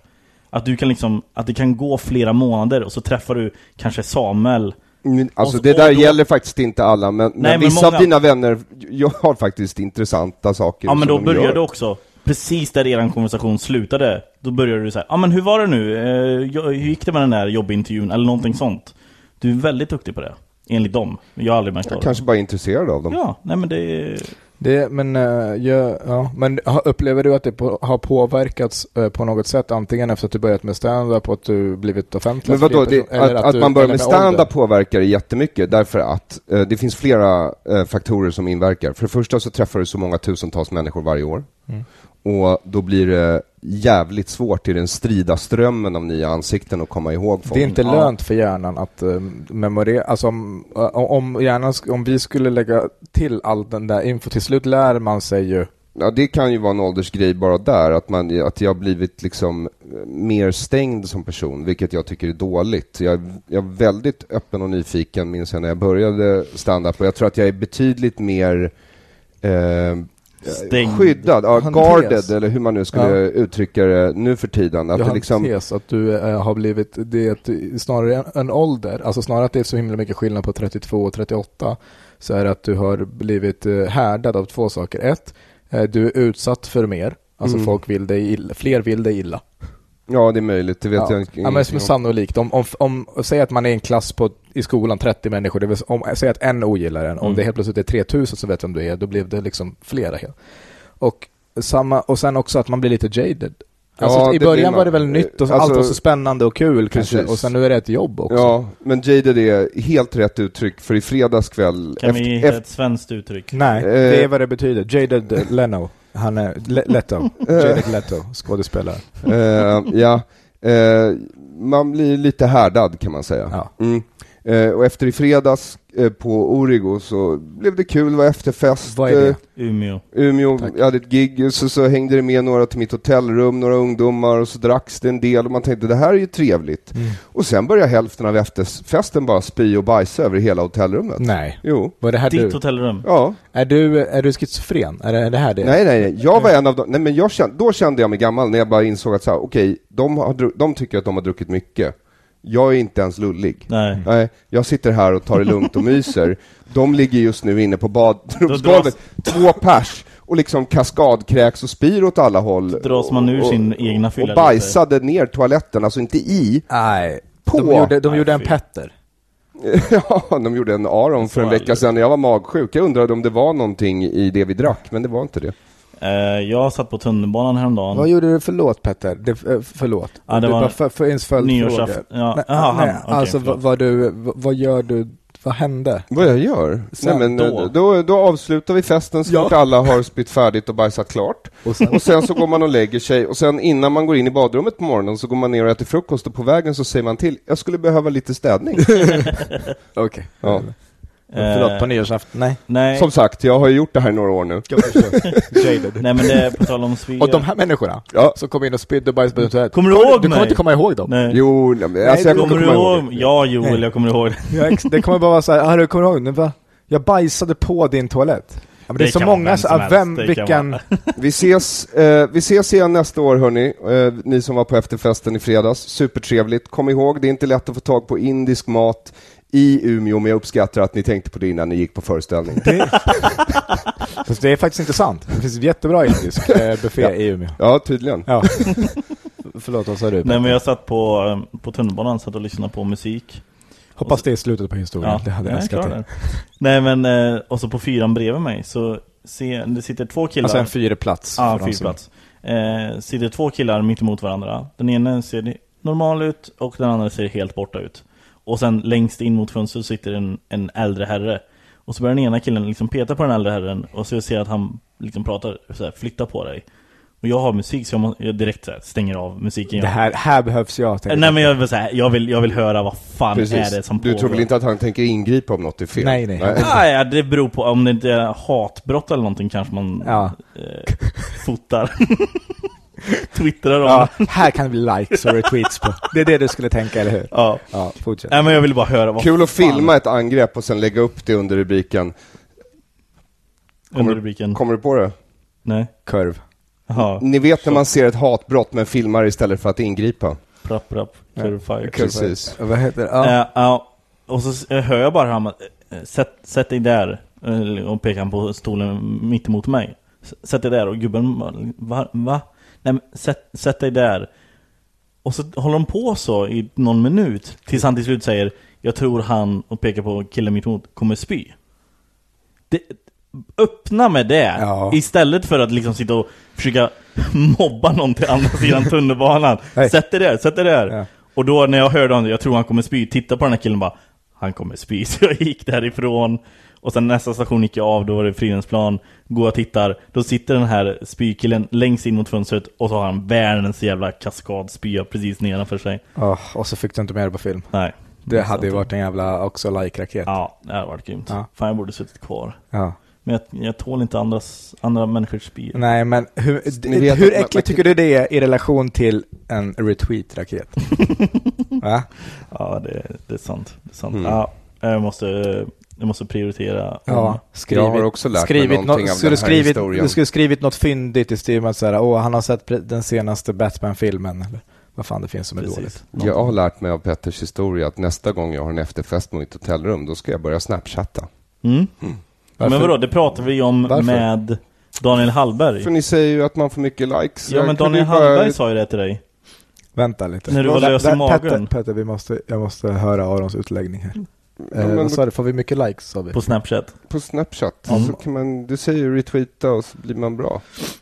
Speaker 1: Att du kan liksom, att det kan gå flera månader och så träffar du kanske Samuel
Speaker 2: Mm, Alltså
Speaker 1: Och-
Speaker 2: det där
Speaker 1: och då-
Speaker 2: gäller faktiskt inte alla, men,
Speaker 1: men
Speaker 2: men vissa
Speaker 1: många-
Speaker 2: av dina vänner gör faktiskt intressanta saker
Speaker 1: Ja men då
Speaker 2: som de
Speaker 1: börjar
Speaker 2: gör.
Speaker 1: du också Precis där eran konversation slutade Då börjar du säga, ja men hur var det nu? Eh, jag- hur gick det med den där jobbintervjun? Eller någonting sånt Du är väldigt duktig på det Enligt dem, jag har aldrig märkt av
Speaker 2: Jag
Speaker 1: det
Speaker 2: kanske bara är intresserad av dem.
Speaker 1: Ja, nej men det är...
Speaker 4: Det, men, eh, ja, ja, men ha- upplever du att det på, har påverkats eh, på något sätt? Antingen efter att du börjat med stand-up och att du blivit offentlig?
Speaker 2: Men vadå, det,
Speaker 4: eller
Speaker 2: att, att,
Speaker 4: du-
Speaker 2: man börjar
Speaker 4: eller
Speaker 2: med
Speaker 4: ålder?
Speaker 2: stand-up påverkar det jättemycket, därför att eh, det finns flera eh, faktorer som inverkar. För det första så träffar du så många tusentals människor varje år.
Speaker 4: Mm.
Speaker 2: Och då blir det jävligt svårt i den strida strömmen av nya ansikten att komma ihåg folk.
Speaker 4: Det är inte
Speaker 1: Ja.
Speaker 4: lönt för hjärnan att eh, memorera, alltså om, eh, om hjärnan, sk- om vi skulle lägga till all den där info, till slut lär man sig ju.
Speaker 2: Ja, det kan ju vara en åldersgrej bara där, att, man, att jag har blivit liksom eh, mer stängd som person, vilket jag tycker är dåligt. Jag, jag är väldigt öppen och nyfiken, minns jag, när jag började stand-up och jag tror att jag är betydligt mer eh,
Speaker 1: Stängd.
Speaker 2: skyddad, ja,
Speaker 4: Hantes.
Speaker 2: guarded, eller hur man nu skulle
Speaker 4: Ja.
Speaker 2: uttrycka det nu för tiden. Att
Speaker 4: jag har
Speaker 2: det
Speaker 4: en
Speaker 2: liksom,
Speaker 4: tes att du eh, har blivit, det är ett, snarare en, en ålder, alltså snarare att det är så himla mycket skillnad på 32 och 38, så är det att du har blivit eh, härdad av två saker. Ett, eh, du är utsatt för mer, alltså
Speaker 2: Mm.
Speaker 4: folk vill dig illa, fler vill dig illa.
Speaker 2: ja, det är möjligt, det vet
Speaker 4: ja.
Speaker 2: jag inte.
Speaker 4: ja, men som är sannolikt. Om, om, om, säg att man är i en klass på, i skolan, 30 människor. Det vill, s- om, säg att en ogillar en. Om
Speaker 1: Mm.
Speaker 4: det helt plötsligt är 3000 som vet vem du är, då blev det liksom flera. helt. Och, samma, och sen också att man blir lite jaded. Alltså,
Speaker 2: Ja,
Speaker 4: I
Speaker 2: det blir
Speaker 4: början
Speaker 2: man.
Speaker 4: var det väl nytt och så,
Speaker 2: Alltså-
Speaker 4: allt var så spännande och kul kanske.
Speaker 2: Precis.
Speaker 4: Och sen nu är det ett jobb också.
Speaker 2: Ja, men jaded är helt rätt uttryck, för i fredags kväll...
Speaker 1: Kan vi
Speaker 2: efter-
Speaker 1: hitta
Speaker 2: efter-
Speaker 1: ett svenskt uttryck?
Speaker 4: Nej,
Speaker 2: Eh.
Speaker 4: det är vad det betyder. Jaded Leno. Han är Le- Leto. Jaded Leto, skådespelare.
Speaker 2: Eh, ja, Eh, man blir lite härdad kan man säga.
Speaker 4: Ja.
Speaker 2: Mm. Eh, och efter i fredags eh, på Origo så blev det kul, det var efterfest.
Speaker 4: Vad är det?
Speaker 2: Eh,
Speaker 1: Umeå.
Speaker 2: Umeå,
Speaker 4: Tack.
Speaker 2: jag hade ett gig, så, så hängde det med några till mitt hotellrum, några ungdomar, och så dracks det en del och man tänkte det här är ju trevligt.
Speaker 4: Mm.
Speaker 2: Och sen började hälften av efterfesten bara spy och bajsa över hela hotellrummet.
Speaker 4: Nej.
Speaker 2: Jo,
Speaker 4: Var det här
Speaker 1: Ditt
Speaker 4: du?
Speaker 1: hotellrum.
Speaker 2: ja.
Speaker 4: Är du, är du schizofren? Är det, är det här det?
Speaker 2: Nej, nej, nej. Jag var en av dem. Nej, men jag kände, då kände jag mig gammal när jag bara insåg att så här, okej, de, har dru- de tycker att de har druckit mycket. Jag är inte ens lullig.
Speaker 1: Nej.
Speaker 4: Mm.
Speaker 2: Nej, jag sitter här och tar det lugnt och myser. De ligger just nu inne på badrumsgolvet, två pers, och liksom kaskadkräks och spyr åt alla håll.
Speaker 1: dras man ur
Speaker 2: Och- och-
Speaker 1: sin egna fylla
Speaker 2: Och bajsade ner toaletten, alltså inte i.
Speaker 4: Nej.
Speaker 2: På.
Speaker 4: De gjorde, de
Speaker 1: Nej,
Speaker 4: gjorde en
Speaker 1: fy.
Speaker 4: Petter.
Speaker 2: ja, de gjorde en Aron för en vecka sedan när jag var magsjuk. Jag undrade om det var någonting i det vi drack, men det var inte det.
Speaker 1: Eh, jag satt på tunnelbanan
Speaker 4: Vad
Speaker 1: häromdagen.
Speaker 4: gjorde du? Förlåt Petter. Det, eh, förlåt.
Speaker 1: Mm. Ja, det
Speaker 4: du
Speaker 1: var
Speaker 4: bara för, för en följdfråga.
Speaker 1: nyårsaft- ja.
Speaker 4: Nej,
Speaker 1: Aha,
Speaker 4: nej,
Speaker 1: han. Okej,
Speaker 4: alltså
Speaker 1: förlåt. Eh.
Speaker 4: vad, vad du, vad, vad gör du? Vad hände?
Speaker 2: Vad jag gör?
Speaker 4: Sen
Speaker 2: Nej, men,
Speaker 1: då?
Speaker 2: då. Då, avslutar vi festen så
Speaker 4: Ja.
Speaker 2: fort alla har spytt färdigt och bajsat klart.
Speaker 4: Och sen-
Speaker 2: Och sen så går man och lägger sig och sen innan man går in i badrummet på morgonen så går man ner och äter frukost och på vägen så säger man till, jag skulle behöva lite städning.
Speaker 4: Okej.
Speaker 2: Ja.
Speaker 4: Förlåt, på nyårsaften? Nej.
Speaker 1: Eh, nej,
Speaker 2: Som sagt, jag har ju gjort det här i några år nu.
Speaker 4: Jag förstår. Jaded.
Speaker 1: nej men det är på tal om Svea.
Speaker 4: Och de här människorna
Speaker 2: Ja.
Speaker 4: som kom in och spydde och bajsade på din toalett.
Speaker 1: Kommer du ihåg
Speaker 4: Du kommer
Speaker 1: mig?
Speaker 4: inte komma ihåg dem.
Speaker 1: nej.
Speaker 2: Jo, nej, men, alltså jag
Speaker 1: kommer du
Speaker 2: komma ihåg
Speaker 1: ihåg?
Speaker 2: det.
Speaker 1: Ja Joel,
Speaker 4: Nej.
Speaker 1: jag kommer ihåg det.
Speaker 4: Ja, ex- Det kommer bara vara så här, "Ah, du kommer ihåg? Nu, va? Jag bajsade på din toalett. men det är
Speaker 1: Det
Speaker 4: så
Speaker 1: kan vara
Speaker 4: många,
Speaker 1: vem
Speaker 4: så,
Speaker 1: som
Speaker 4: ah, vem,
Speaker 1: helst, det kan
Speaker 4: vilken...
Speaker 2: Vi ses, eh, vi ses igen nästa år hörni, eh, ni som var på efterfesten i fredags. Supertrevligt. Kom ihåg, det är inte lätt att få tag på indisk mat i Umeå, men jag uppskattar att ni tänkte på det innan ni gick på föreställningen.
Speaker 4: Fast det är faktiskt inte sant. Det finns ett jättebra indisk eh, buffé i Umeå.
Speaker 2: Ja, tydligen.
Speaker 4: Ja. Förlåt, vad sa du?
Speaker 1: Nej men jag satt på, eh, på tunnelbanan satt och lyssnade på musik.
Speaker 4: Hoppas det är slutet på historien. det hade jag
Speaker 1: nej,
Speaker 4: älskat.
Speaker 1: klar
Speaker 4: Det.
Speaker 1: där. Nej men, eh, och så på fyran bredvid mig så se, det sitter två killar
Speaker 4: Alltså en fyrplats.
Speaker 1: Ja,
Speaker 4: för de som-
Speaker 1: fyrplats. Eh, sitter två killar mitt emot varandra. Den ena ser normal ut och den andra ser helt borta ut. Och sen längst in mot fönstret sitter en, en äldre herre. Och så börjar den ena killen liksom peta på den äldre herren och så ser jag att han liksom pratar så här, flytta på dig. Och jag har musik så jag, må, jag direkt så här, stänger av musiken.
Speaker 4: Det
Speaker 1: Jag,
Speaker 4: här, här behövs jag. tänker
Speaker 1: nej
Speaker 4: jag.
Speaker 1: men jag vill, så här, jag vill, jag vill höra vad fan
Speaker 2: Precis.
Speaker 1: är det som
Speaker 2: Du tror väl inte att han tänker ingripa om något är fel?
Speaker 4: Nej, nej.
Speaker 1: Ah, ja, det beror på om det inte är hatbrott eller någonting kanske man
Speaker 4: Ja.
Speaker 1: eh, fotar. Twittrar om
Speaker 4: Ja, här kan det bli likes och retweets på. Det är det du skulle tänka, eller hur?
Speaker 1: Ja.
Speaker 4: Ja, fortsätt.
Speaker 1: Nej men jag ville bara höra vad
Speaker 2: Kul att
Speaker 1: fan
Speaker 2: filma ett angrepp och sen lägga upp det under rubriken.
Speaker 1: under rubriken.
Speaker 2: Kommer du på det?
Speaker 1: Nej.
Speaker 4: Kurv.
Speaker 1: Jaha.
Speaker 2: Ni vet när man ser ett hatbrott men filmar istället för att ingripa.
Speaker 1: Prapp, prapp. Curve fire.
Speaker 2: Precis.
Speaker 4: Vad heter det? Ja.
Speaker 1: Eh, ja. och så s- hör jag bara han eh, sätt, sätt dig där. Eh, Och pekar han på stolen mitt emot mig. S- Sätt dig där och gubben bara, va? va? Nej men sätt, sätt dig där. Och så håller de på så i någon minut. Tills han till slut säger Jag tror han, och pekar på killen mitt emot, kommer spy. Det, öppna med det!
Speaker 4: Ja.
Speaker 1: Istället för att liksom sitta och försöka mobba någon till andra sidan tunnelbanan.
Speaker 4: Nej.
Speaker 1: Sätt dig där, sätt dig där!
Speaker 4: Ja.
Speaker 1: Och då när jag hörde honom, jag tror han kommer spy, titta på den här killen bara Han kommer spy, så jag gick därifrån Och sen nästa station gick jag av, då var det Fridhemsplan Går och tittar, då sitter den här spykillen längst in mot fönstret Och så har han världens jävla kaskadspya precis nedanför sig
Speaker 4: Ja, och så fick du inte med det på film.
Speaker 1: Nej
Speaker 4: Det hade ju varit en jävla också like-raket.
Speaker 1: Ja, det hade varit grymt
Speaker 4: Ja.
Speaker 1: Fan jag borde suttit kvar
Speaker 4: Ja.
Speaker 1: Men jag, jag tål inte andras, andra människors spy
Speaker 4: Nej, men hur,
Speaker 2: Ni vet
Speaker 4: hur
Speaker 2: att man-
Speaker 4: äckligt tycker du det är i relation till en retweet-raket? Va?
Speaker 1: Ja, det, det är sant, det är sant.
Speaker 2: Mm.
Speaker 1: Ja, jag måste, jag måste prioritera
Speaker 4: Ja, skrivit,
Speaker 2: Jag har också lärt mig
Speaker 4: skrivit
Speaker 2: någonting av
Speaker 4: skulle
Speaker 2: den här
Speaker 4: skrivit,
Speaker 2: historien.
Speaker 4: Du skulle skrivit något fyndigt i stil med att säga, åh, han har sett pre- den senaste Batman-filmen, eller vad fan det finns som är dåligt.
Speaker 1: Precis.
Speaker 2: Jag har lärt mig av Petters historia att nästa gång jag har en efterfest på mitt hotellrum, då ska jag börja snapchatta.
Speaker 1: Mm.
Speaker 4: Varför?
Speaker 1: Men vadå, det pratade vi om
Speaker 4: Varför?
Speaker 1: med Daniel Hallberg.
Speaker 2: För ni säger ju att man får mycket likes.
Speaker 1: Ja
Speaker 2: Jag
Speaker 1: men
Speaker 2: kunde
Speaker 1: Daniel
Speaker 2: ju bara-
Speaker 1: Hallberg sa ju det till dig.
Speaker 4: Vänta lite.
Speaker 1: När du var
Speaker 4: Vä-
Speaker 1: lös i
Speaker 4: vä-
Speaker 1: magen.
Speaker 4: Petter, Petter vi måste, jag måste höra Arons utläggning här.
Speaker 2: Mm. Ja,
Speaker 4: eh,
Speaker 2: men
Speaker 4: vad sa du, får vi mycket likes sa vi?
Speaker 1: På Snapchat.
Speaker 2: På Snapchat,
Speaker 1: Mm.
Speaker 2: så kan man, du säger ju retweeta och så blir man bra.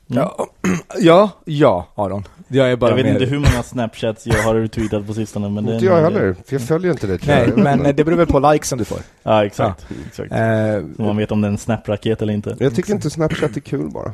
Speaker 1: Mm.
Speaker 4: Ja, ja, ja, Aron. Jag är bara
Speaker 1: jag vet
Speaker 4: med
Speaker 1: inte
Speaker 4: dig.
Speaker 1: hur många Snapchats jag har retweetat på sistone men det är
Speaker 2: inte jag
Speaker 1: nog-
Speaker 2: heller, för jag följer inte dig. tror jag.
Speaker 4: Nej,
Speaker 2: Jag vet
Speaker 4: men
Speaker 2: inte.
Speaker 4: eh, det beror väl på likesen du får.
Speaker 1: Ja exakt. exakt.
Speaker 4: Eh,
Speaker 1: Så man vet om det är en Snap-raket eller inte.
Speaker 2: Jag tycker inte Snapchat är kul bara.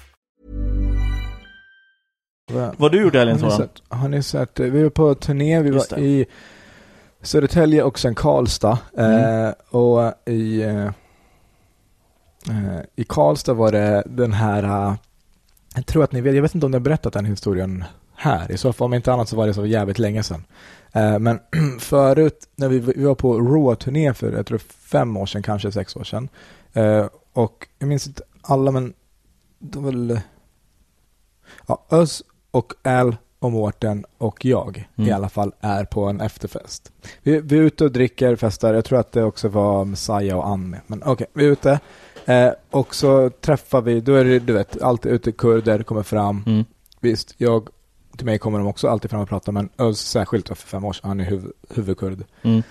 Speaker 4: va-
Speaker 1: Vad du gjorde i helgen
Speaker 4: Har ni,
Speaker 1: Soran?
Speaker 4: sett, har ni sett, eh, vi var på turné, vi
Speaker 1: Just
Speaker 4: var
Speaker 1: det.
Speaker 4: i Södertälje och sen Karlstad.
Speaker 1: Mm.
Speaker 4: Eh, och i, eh, eh, i Karlstad var det den här eh, Jag tror att ni vet, jag vet inte om ni har berättat den historien här. I så fall, om inte annat så var det så jävligt länge sedan. Eh, Men förut, när vi, vi var på Raw-turné för jag tror fem år sedan, kanske sex år sedan. Eh, Och jag minns inte alla, men det var väl... Ja, Özz och Al och Mårten och jag i
Speaker 1: Mm.
Speaker 4: alla fall är på en efterfest. Vi, vi är ute och dricker, festar. Jag tror att det också var Messiah och Ann med. Men okej, vi är ute. Eh, och så träffar vi, då är det du vet, alltid ute kurder kommer fram.
Speaker 1: Mm.
Speaker 4: Visst, jag, till mig kommer de också alltid fram och pratar, men Öz särskilt för fem år sedan, han är huv, huvudkurd.
Speaker 1: Mm.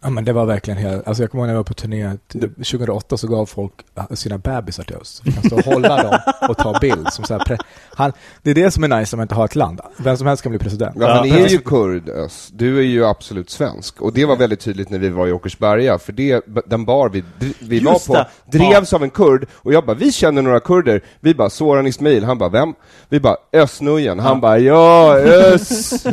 Speaker 4: Ja men det var verkligen helt, alltså jag kommer ihåg när jag var på turné t- 2008 så gav folk äh, sina bebisar till oss. Så fick man stå och hålla dem och ta bild. Som så här pre- han, det är det som är nice om man inte har ett land. Vem som helst kan bli president.
Speaker 2: Ja, han är ju kurd, Özz. Du är ju absolut svensk. Och det var väldigt tydligt när vi var i Åkersberga, för det, den bar vi, dr- vi var
Speaker 1: Just
Speaker 2: på
Speaker 1: det.
Speaker 2: drevs av en kurd, och jag bara, vi känner några kurder. Vi bara, Soran Ismail. Han bara, vem? Vi bara, Ösnujen. Han bara, ja, Öss.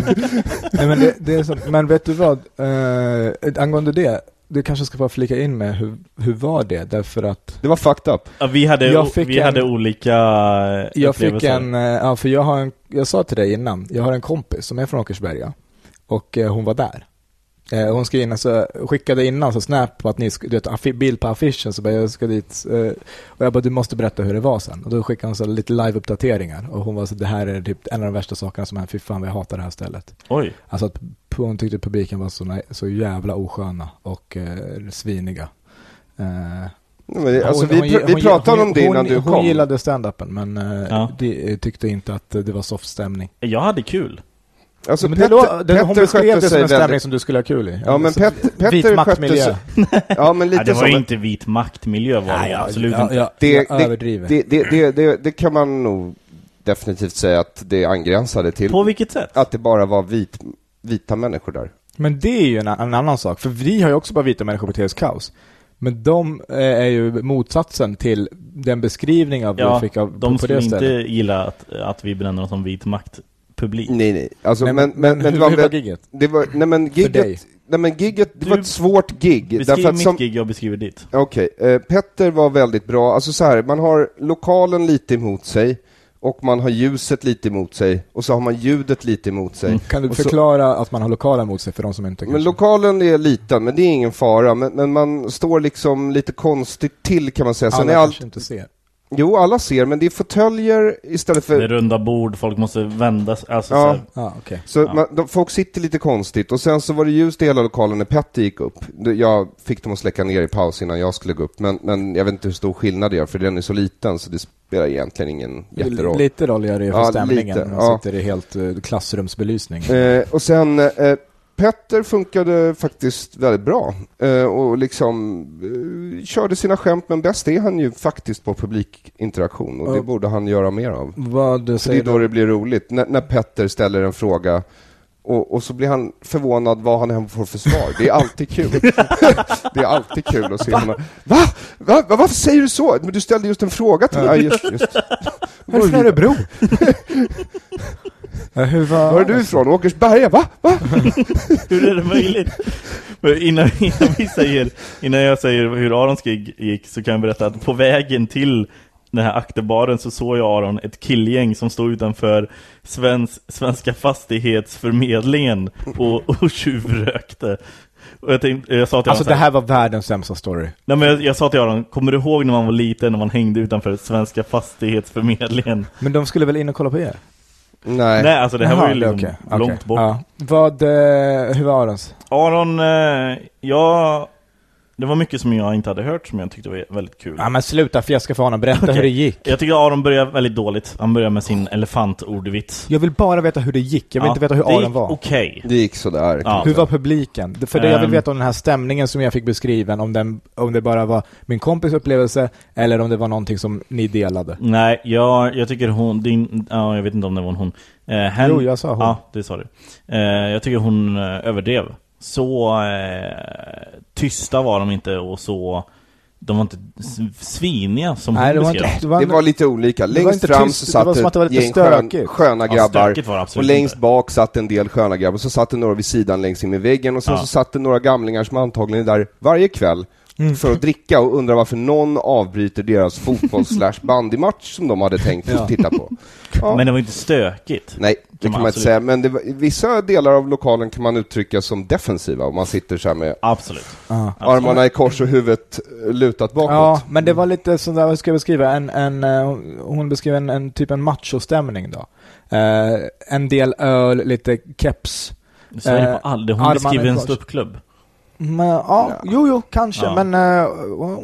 Speaker 4: Nej, men, det, det är så, men vet du vad, eh, angående det, du kanske ska bara flika in med hur, hur var det? Därför att
Speaker 2: Det var fucked up.
Speaker 1: Ja, vi hade,
Speaker 4: Jag
Speaker 1: o-
Speaker 4: fick
Speaker 1: vi
Speaker 4: en-
Speaker 1: hade olika eh,
Speaker 4: jag fick
Speaker 1: upplevelser.
Speaker 4: en, eh, ja för jag har en, jag sa till dig innan, jag har en kompis som är från Åkersberga och eh, hon var där. Eh, hon skrev in, alltså, skickade innan så snap på att ni, sk- du vet, affi- bild på affischen så bara jag ska dit eh, och jag bara du måste berätta hur det var sen. Och då skickade hon så lite live-uppdateringar och hon var så det här är typ en av de värsta sakerna som hänt, fy fan vad jag hatar det här stället.
Speaker 1: Oj.
Speaker 4: Alltså att p- hon tyckte publiken var så, nej, så jävla osköna och eh, sviniga. Eh,
Speaker 2: Nej, men det- Alltså,
Speaker 4: hon-
Speaker 2: vi,
Speaker 4: hon-
Speaker 2: pr-
Speaker 4: hon-
Speaker 2: vi pratade
Speaker 4: hon-
Speaker 2: om det innan
Speaker 4: hon,
Speaker 2: du
Speaker 4: Hon
Speaker 2: kom.
Speaker 4: gillade stand-upen men eh,
Speaker 1: Ja.
Speaker 4: de, eh, tyckte inte att eh, det var soft stämning.
Speaker 1: Jag hade kul.
Speaker 2: Alltså,
Speaker 4: men det lå- det, hon
Speaker 2: Petter
Speaker 4: beskrev det
Speaker 2: skötte
Speaker 4: som
Speaker 2: sig
Speaker 4: en stämning
Speaker 2: väldigt...
Speaker 4: som du skulle ha kul i.
Speaker 2: Ja, men
Speaker 4: Så-
Speaker 2: Petter,
Speaker 4: vit
Speaker 2: Petter skötte
Speaker 4: maktmiljö.
Speaker 2: sig... Ja, men
Speaker 1: Ja,
Speaker 2: lite
Speaker 1: det var
Speaker 2: som
Speaker 1: ju
Speaker 2: en- alltså,
Speaker 1: inte vit maktmiljö var det
Speaker 4: Ja, ja,
Speaker 1: absolut
Speaker 4: ja,
Speaker 1: inte.
Speaker 4: ja,
Speaker 2: Det-
Speaker 4: jag
Speaker 2: det-
Speaker 4: överdriver.
Speaker 2: Det, det, det, det, det kan man nog definitivt säga att det angränsade till.
Speaker 1: På vilket sätt?
Speaker 2: Att det bara var vit, vita människor där.
Speaker 4: Men det är ju en, en annan sak, för vi har ju också bara vita människor på TS Kaos. Men de eh, är ju motsatsen till den beskrivning av
Speaker 1: Ja,
Speaker 4: vi fick av,
Speaker 1: de
Speaker 4: på det
Speaker 1: skulle inte
Speaker 4: stället.
Speaker 2: Alltså,
Speaker 1: gilla att, att vi benämner oss som vit maktpublik.
Speaker 2: Nej, nej. Alltså,
Speaker 4: Nej,
Speaker 2: men, men, men det
Speaker 4: hur,
Speaker 2: var,
Speaker 4: hur var
Speaker 2: väl-
Speaker 4: gigget?
Speaker 2: det var, nej men
Speaker 4: dig?
Speaker 2: gigget, nej men gigget, det
Speaker 1: Du-
Speaker 2: var ett svårt gig.
Speaker 1: Beskriv
Speaker 2: Därför att
Speaker 1: mitt
Speaker 2: som,
Speaker 1: gig, jag beskriver ditt.
Speaker 2: Okej, eh, Petter var väldigt bra. Alltså så här, man har lokalen lite emot sig och man har ljuset lite emot sig och så har man ljudet lite emot sig.
Speaker 4: Kan du
Speaker 2: Och så-
Speaker 4: förklara att man har lokala mot sig för de som inte
Speaker 2: Men
Speaker 4: kanske-
Speaker 2: lokalen är liten, men det är ingen fara. Men, men man står liksom lite konstigt till kan man säga. Sen
Speaker 4: alla
Speaker 2: är allt...
Speaker 4: kanske inte ser?
Speaker 2: Jo, alla ser, men det är fåtöljer istället
Speaker 1: Det är
Speaker 2: för...
Speaker 1: runda bord, folk måste vända sig. Alltså,
Speaker 2: Ja.
Speaker 1: så här,
Speaker 4: Ja, okej.
Speaker 2: Så man, de, folk sitter lite konstigt och sen så var det ljust i hela lokalen när Petter gick upp. Det- Jag fick dem att släcka ner i paus innan jag skulle gå upp, men, men jag vet inte hur stor skillnad det gör för den är så liten så det spelar egentligen ingen jätteroll.
Speaker 4: Lite roll gör det ju för
Speaker 2: Ja,
Speaker 4: stämningen
Speaker 2: lite,
Speaker 4: när man
Speaker 2: ja.
Speaker 4: sitter i helt eh, klassrumsbelysning.
Speaker 2: Eh, och sen, eh, Petter funkade faktiskt väldigt bra eh, och liksom eh, körde sina skämt, men bäst är han ju faktiskt på publikinteraktion och det
Speaker 4: Ja.
Speaker 2: borde han göra mer av.
Speaker 4: Vad
Speaker 2: För det är
Speaker 4: säger
Speaker 2: då
Speaker 4: du?
Speaker 2: det blir roligt, när, när Petter ställer en fråga och, och så blir han förvånad vad han än får för svar. Det är alltid kul. det är alltid kul att se honom. Va? Va? Va? Varför säger du så? Men du ställde just en fråga till mig. Ja, just, just.
Speaker 4: Vad är det för Örebro? Ja, Eh, Hur var...
Speaker 2: Var är du ifrån? Åkersberga? Va? Va?
Speaker 1: Hur är det möjligt? Men Innan, innan, vi säger, innan jag säger hur Arons gig gick så kan jag berätta att på vägen till den här akterbaren så såg jag Aron ett killgäng som stod utanför Svens, Svenska fastighetsförmedlingen och, och tjuvrökte. Och jag, tänkte, jag sa till
Speaker 4: Alltså
Speaker 1: honom så
Speaker 4: det
Speaker 1: här,
Speaker 4: här var världens sämsta story.
Speaker 1: nej, men jag, jag sa till Aron, kommer du ihåg när man var liten när man hängde utanför Svenska fastighetsförmedlingen?
Speaker 4: Men de skulle väl in och kolla på er?
Speaker 2: Nej.
Speaker 1: Nej, alltså det här var ju
Speaker 4: Jaha,
Speaker 1: liksom
Speaker 4: okej, okej.
Speaker 1: långt bort.
Speaker 4: Ja. Vad, eh, hur var Arons?
Speaker 1: Aron, eh, jag... Det var mycket som jag inte hade hört som jag tyckte var väldigt kul.
Speaker 4: Ja men sluta fjäska för honom, berätta
Speaker 1: Okej.
Speaker 4: hur det gick.
Speaker 1: Jag tycker Aron börjar väldigt dåligt. Han börjar med sin elefantordvits.
Speaker 4: Jag vill bara veta hur det gick, jag vill
Speaker 1: Ja,
Speaker 4: inte veta hur
Speaker 1: det
Speaker 4: Aron
Speaker 1: gick
Speaker 4: var.
Speaker 1: Okej.
Speaker 2: Det gick sådär.
Speaker 1: Ja.
Speaker 4: Hur var publiken? Det- För det jag vill
Speaker 1: Ehm.
Speaker 4: veta om den här stämningen som jag fick beskriven, om, den, om det bara var min kompis upplevelse eller om det var någonting som ni delade.
Speaker 1: Nej, jag, jag tycker hon... Din, ja, jag vet inte om det var en hon. Eh, hen,
Speaker 4: Jo, jag sa hon.
Speaker 1: Ja, det sa du. Eh, jag tycker hon eh, överdrev. Så eh, tysta var de inte och så... De var inte s- sviniga som
Speaker 4: Nej, det
Speaker 1: hon
Speaker 4: var
Speaker 1: beskrev.
Speaker 4: inte... Det
Speaker 2: Det
Speaker 4: var,
Speaker 2: var lite olika.
Speaker 4: var
Speaker 2: Längst
Speaker 4: inte
Speaker 2: fram
Speaker 4: tyst,
Speaker 2: så
Speaker 4: det
Speaker 2: satt
Speaker 4: var som att det var
Speaker 2: ett
Speaker 4: lite
Speaker 2: gäng skön,
Speaker 4: stökigt.
Speaker 2: sköna
Speaker 1: Ja,
Speaker 2: grabbar.
Speaker 1: stökigt var det absolut
Speaker 2: och längst
Speaker 1: inte.
Speaker 2: bak satt en del sköna grabbar. Så satt det några vid sidan längs in med väggen och sen
Speaker 1: Ja.
Speaker 2: så satt det några gamlingar som antagligen är där varje kväll
Speaker 1: Mm.
Speaker 2: för att dricka och undrar varför någon avbryter deras fotbolls slash bandymatch som de hade tänkt
Speaker 4: Ja.
Speaker 2: titta på. Ja.
Speaker 1: Men det var inte stökigt.
Speaker 2: Nej, det kan man, inte
Speaker 1: absolut-
Speaker 2: säga. Men det, var- vissa delar av lokalen kan man uttrycka som defensiva, om man sitter så här med
Speaker 1: Absolut.
Speaker 2: armarna i kors och huvudet eh, lutat bakåt.
Speaker 4: Ja, men det var lite sån där, vad ska jag beskriva, en, en, eh, hon beskrev en, en typ en machostämning då. Eh, en del öl, lite keps.
Speaker 1: Så är det
Speaker 4: Eh,
Speaker 1: på all... det- Hon
Speaker 4: armarna
Speaker 1: beskriver
Speaker 4: i
Speaker 1: en
Speaker 4: kors.
Speaker 1: ståuppklubb.
Speaker 4: Men, ja,
Speaker 2: Ja.
Speaker 4: jo, jo, kanske,
Speaker 1: Ja.
Speaker 4: men eh,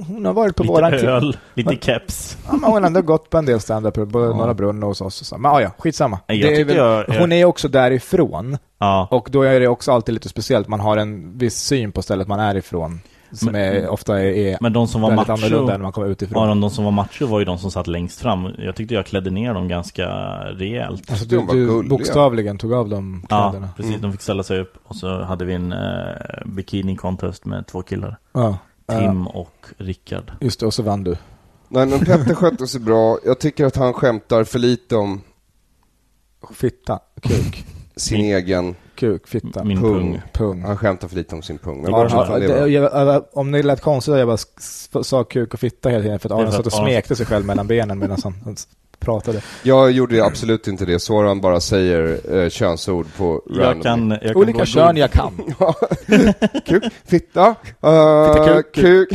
Speaker 4: hon har varit på
Speaker 1: Lite
Speaker 4: våran klubb.
Speaker 1: öl, lite
Speaker 4: Men-
Speaker 1: keps.
Speaker 4: Ja, men hon har ändå gått på en del standup på Norra Brunn och hos oss och så. Men ja, ja, skitsamma.
Speaker 1: Nej, jag
Speaker 4: är
Speaker 1: tyckte jag- jag-
Speaker 4: Hon är ju också därifrån,
Speaker 1: Ja.
Speaker 4: och då är det också alltid lite speciellt, man har en viss syn på stället man är ifrån, som
Speaker 1: Men-
Speaker 4: är, ofta är, är
Speaker 1: Men de som var
Speaker 4: väldigt annorlunda
Speaker 1: macho,
Speaker 4: än man kommer utifrån.
Speaker 1: ja, de, de som var macho var ju de som satt längst fram. Jag tyckte jag klädde ner dem ganska rejält.
Speaker 4: Alltså,
Speaker 2: De
Speaker 4: du,
Speaker 2: var
Speaker 4: du
Speaker 2: gulliga.
Speaker 4: bokstavligen tog av dem
Speaker 1: Ja,
Speaker 4: kläderna. Mm.
Speaker 1: precis. De fick ställa sig upp och så hade vi en eh, bikini contest med två killar.
Speaker 4: Ja. Eh,
Speaker 1: Tim och Rickard.
Speaker 4: Just det, och så vann du.
Speaker 2: Nej, men Petter skötte sig bra. Jag tycker att han skämtar för lite om
Speaker 4: Fitta, kuk,
Speaker 2: sin
Speaker 4: Mm.
Speaker 1: Min-
Speaker 2: egen
Speaker 4: kuk, fitta,
Speaker 1: Min
Speaker 2: pung.
Speaker 1: pung.
Speaker 4: pung.
Speaker 2: Han skämtar för lite om sin pung. Men
Speaker 1: Det går
Speaker 2: bortsett
Speaker 1: bra.
Speaker 4: Ja,
Speaker 2: från det,
Speaker 4: det,
Speaker 2: var-
Speaker 4: jag, jag, om det lät konstigt att jag bara s- s- sa kuk och fitta hela tiden för att
Speaker 1: är
Speaker 4: Aron
Speaker 1: för
Speaker 4: satt och
Speaker 1: att Aron-
Speaker 4: smekte sig själv mellan benen medan han, han s- pratade.
Speaker 2: jag gjorde ju absolut inte det. Soran bara säger eh, könsord på
Speaker 1: Jag kan, jag kan gå
Speaker 4: Olika
Speaker 1: god-
Speaker 4: kön jag kan.
Speaker 2: Kuk, fitta, eh,
Speaker 4: Fitta, kuk,
Speaker 2: kuk.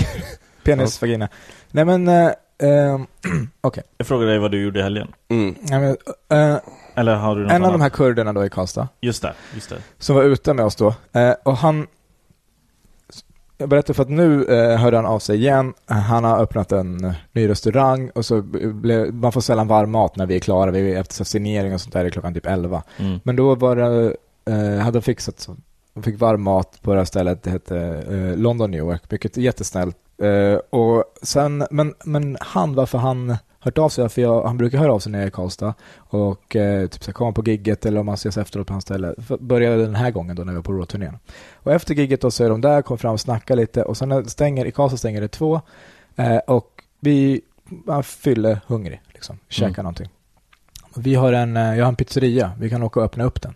Speaker 4: Penis, vagina. Nej men, eh, eh, okej.
Speaker 1: Jag frågade dig vad du gjorde i helgen.
Speaker 2: Mm.
Speaker 4: Nej, men, eh,
Speaker 1: Eller har du något
Speaker 4: en av de
Speaker 1: annat?
Speaker 4: här kurderna då i Karlstad,
Speaker 1: Just det, just det.
Speaker 4: som var ute med oss då, eh, och han... Jag berättar för att nu eh, hörde han av sig igen, han har öppnat en eh, ny restaurang och så blev, man får sällan varm mat när vi är klara, vi är efter signering och sånt där är klockan typ 11.
Speaker 1: Mm.
Speaker 4: Men då var det, eh, hade de fixat så. De fick varm mat på det här stället, det hette eh, London New York, vilket är jättesnällt. Eh, och sen, men, men han, varför han hört av sig, för jag, han brukar höra av sig när jag är i Karlstad och eh, typ så här, komma på gigget eller om man ses efteråt på hans ställe. F- Började den här gången då när vi var på Raw-turnén. Och efter gigget då så är de där, kom fram och snackade lite och sen när det stänger, i Karlstad stänger det två eh, och vi man fyller hungrig liksom, käkar
Speaker 1: Mm.
Speaker 4: någonting. Vi har en, eh, jag har en pizzeria, vi kan åka och öppna upp den.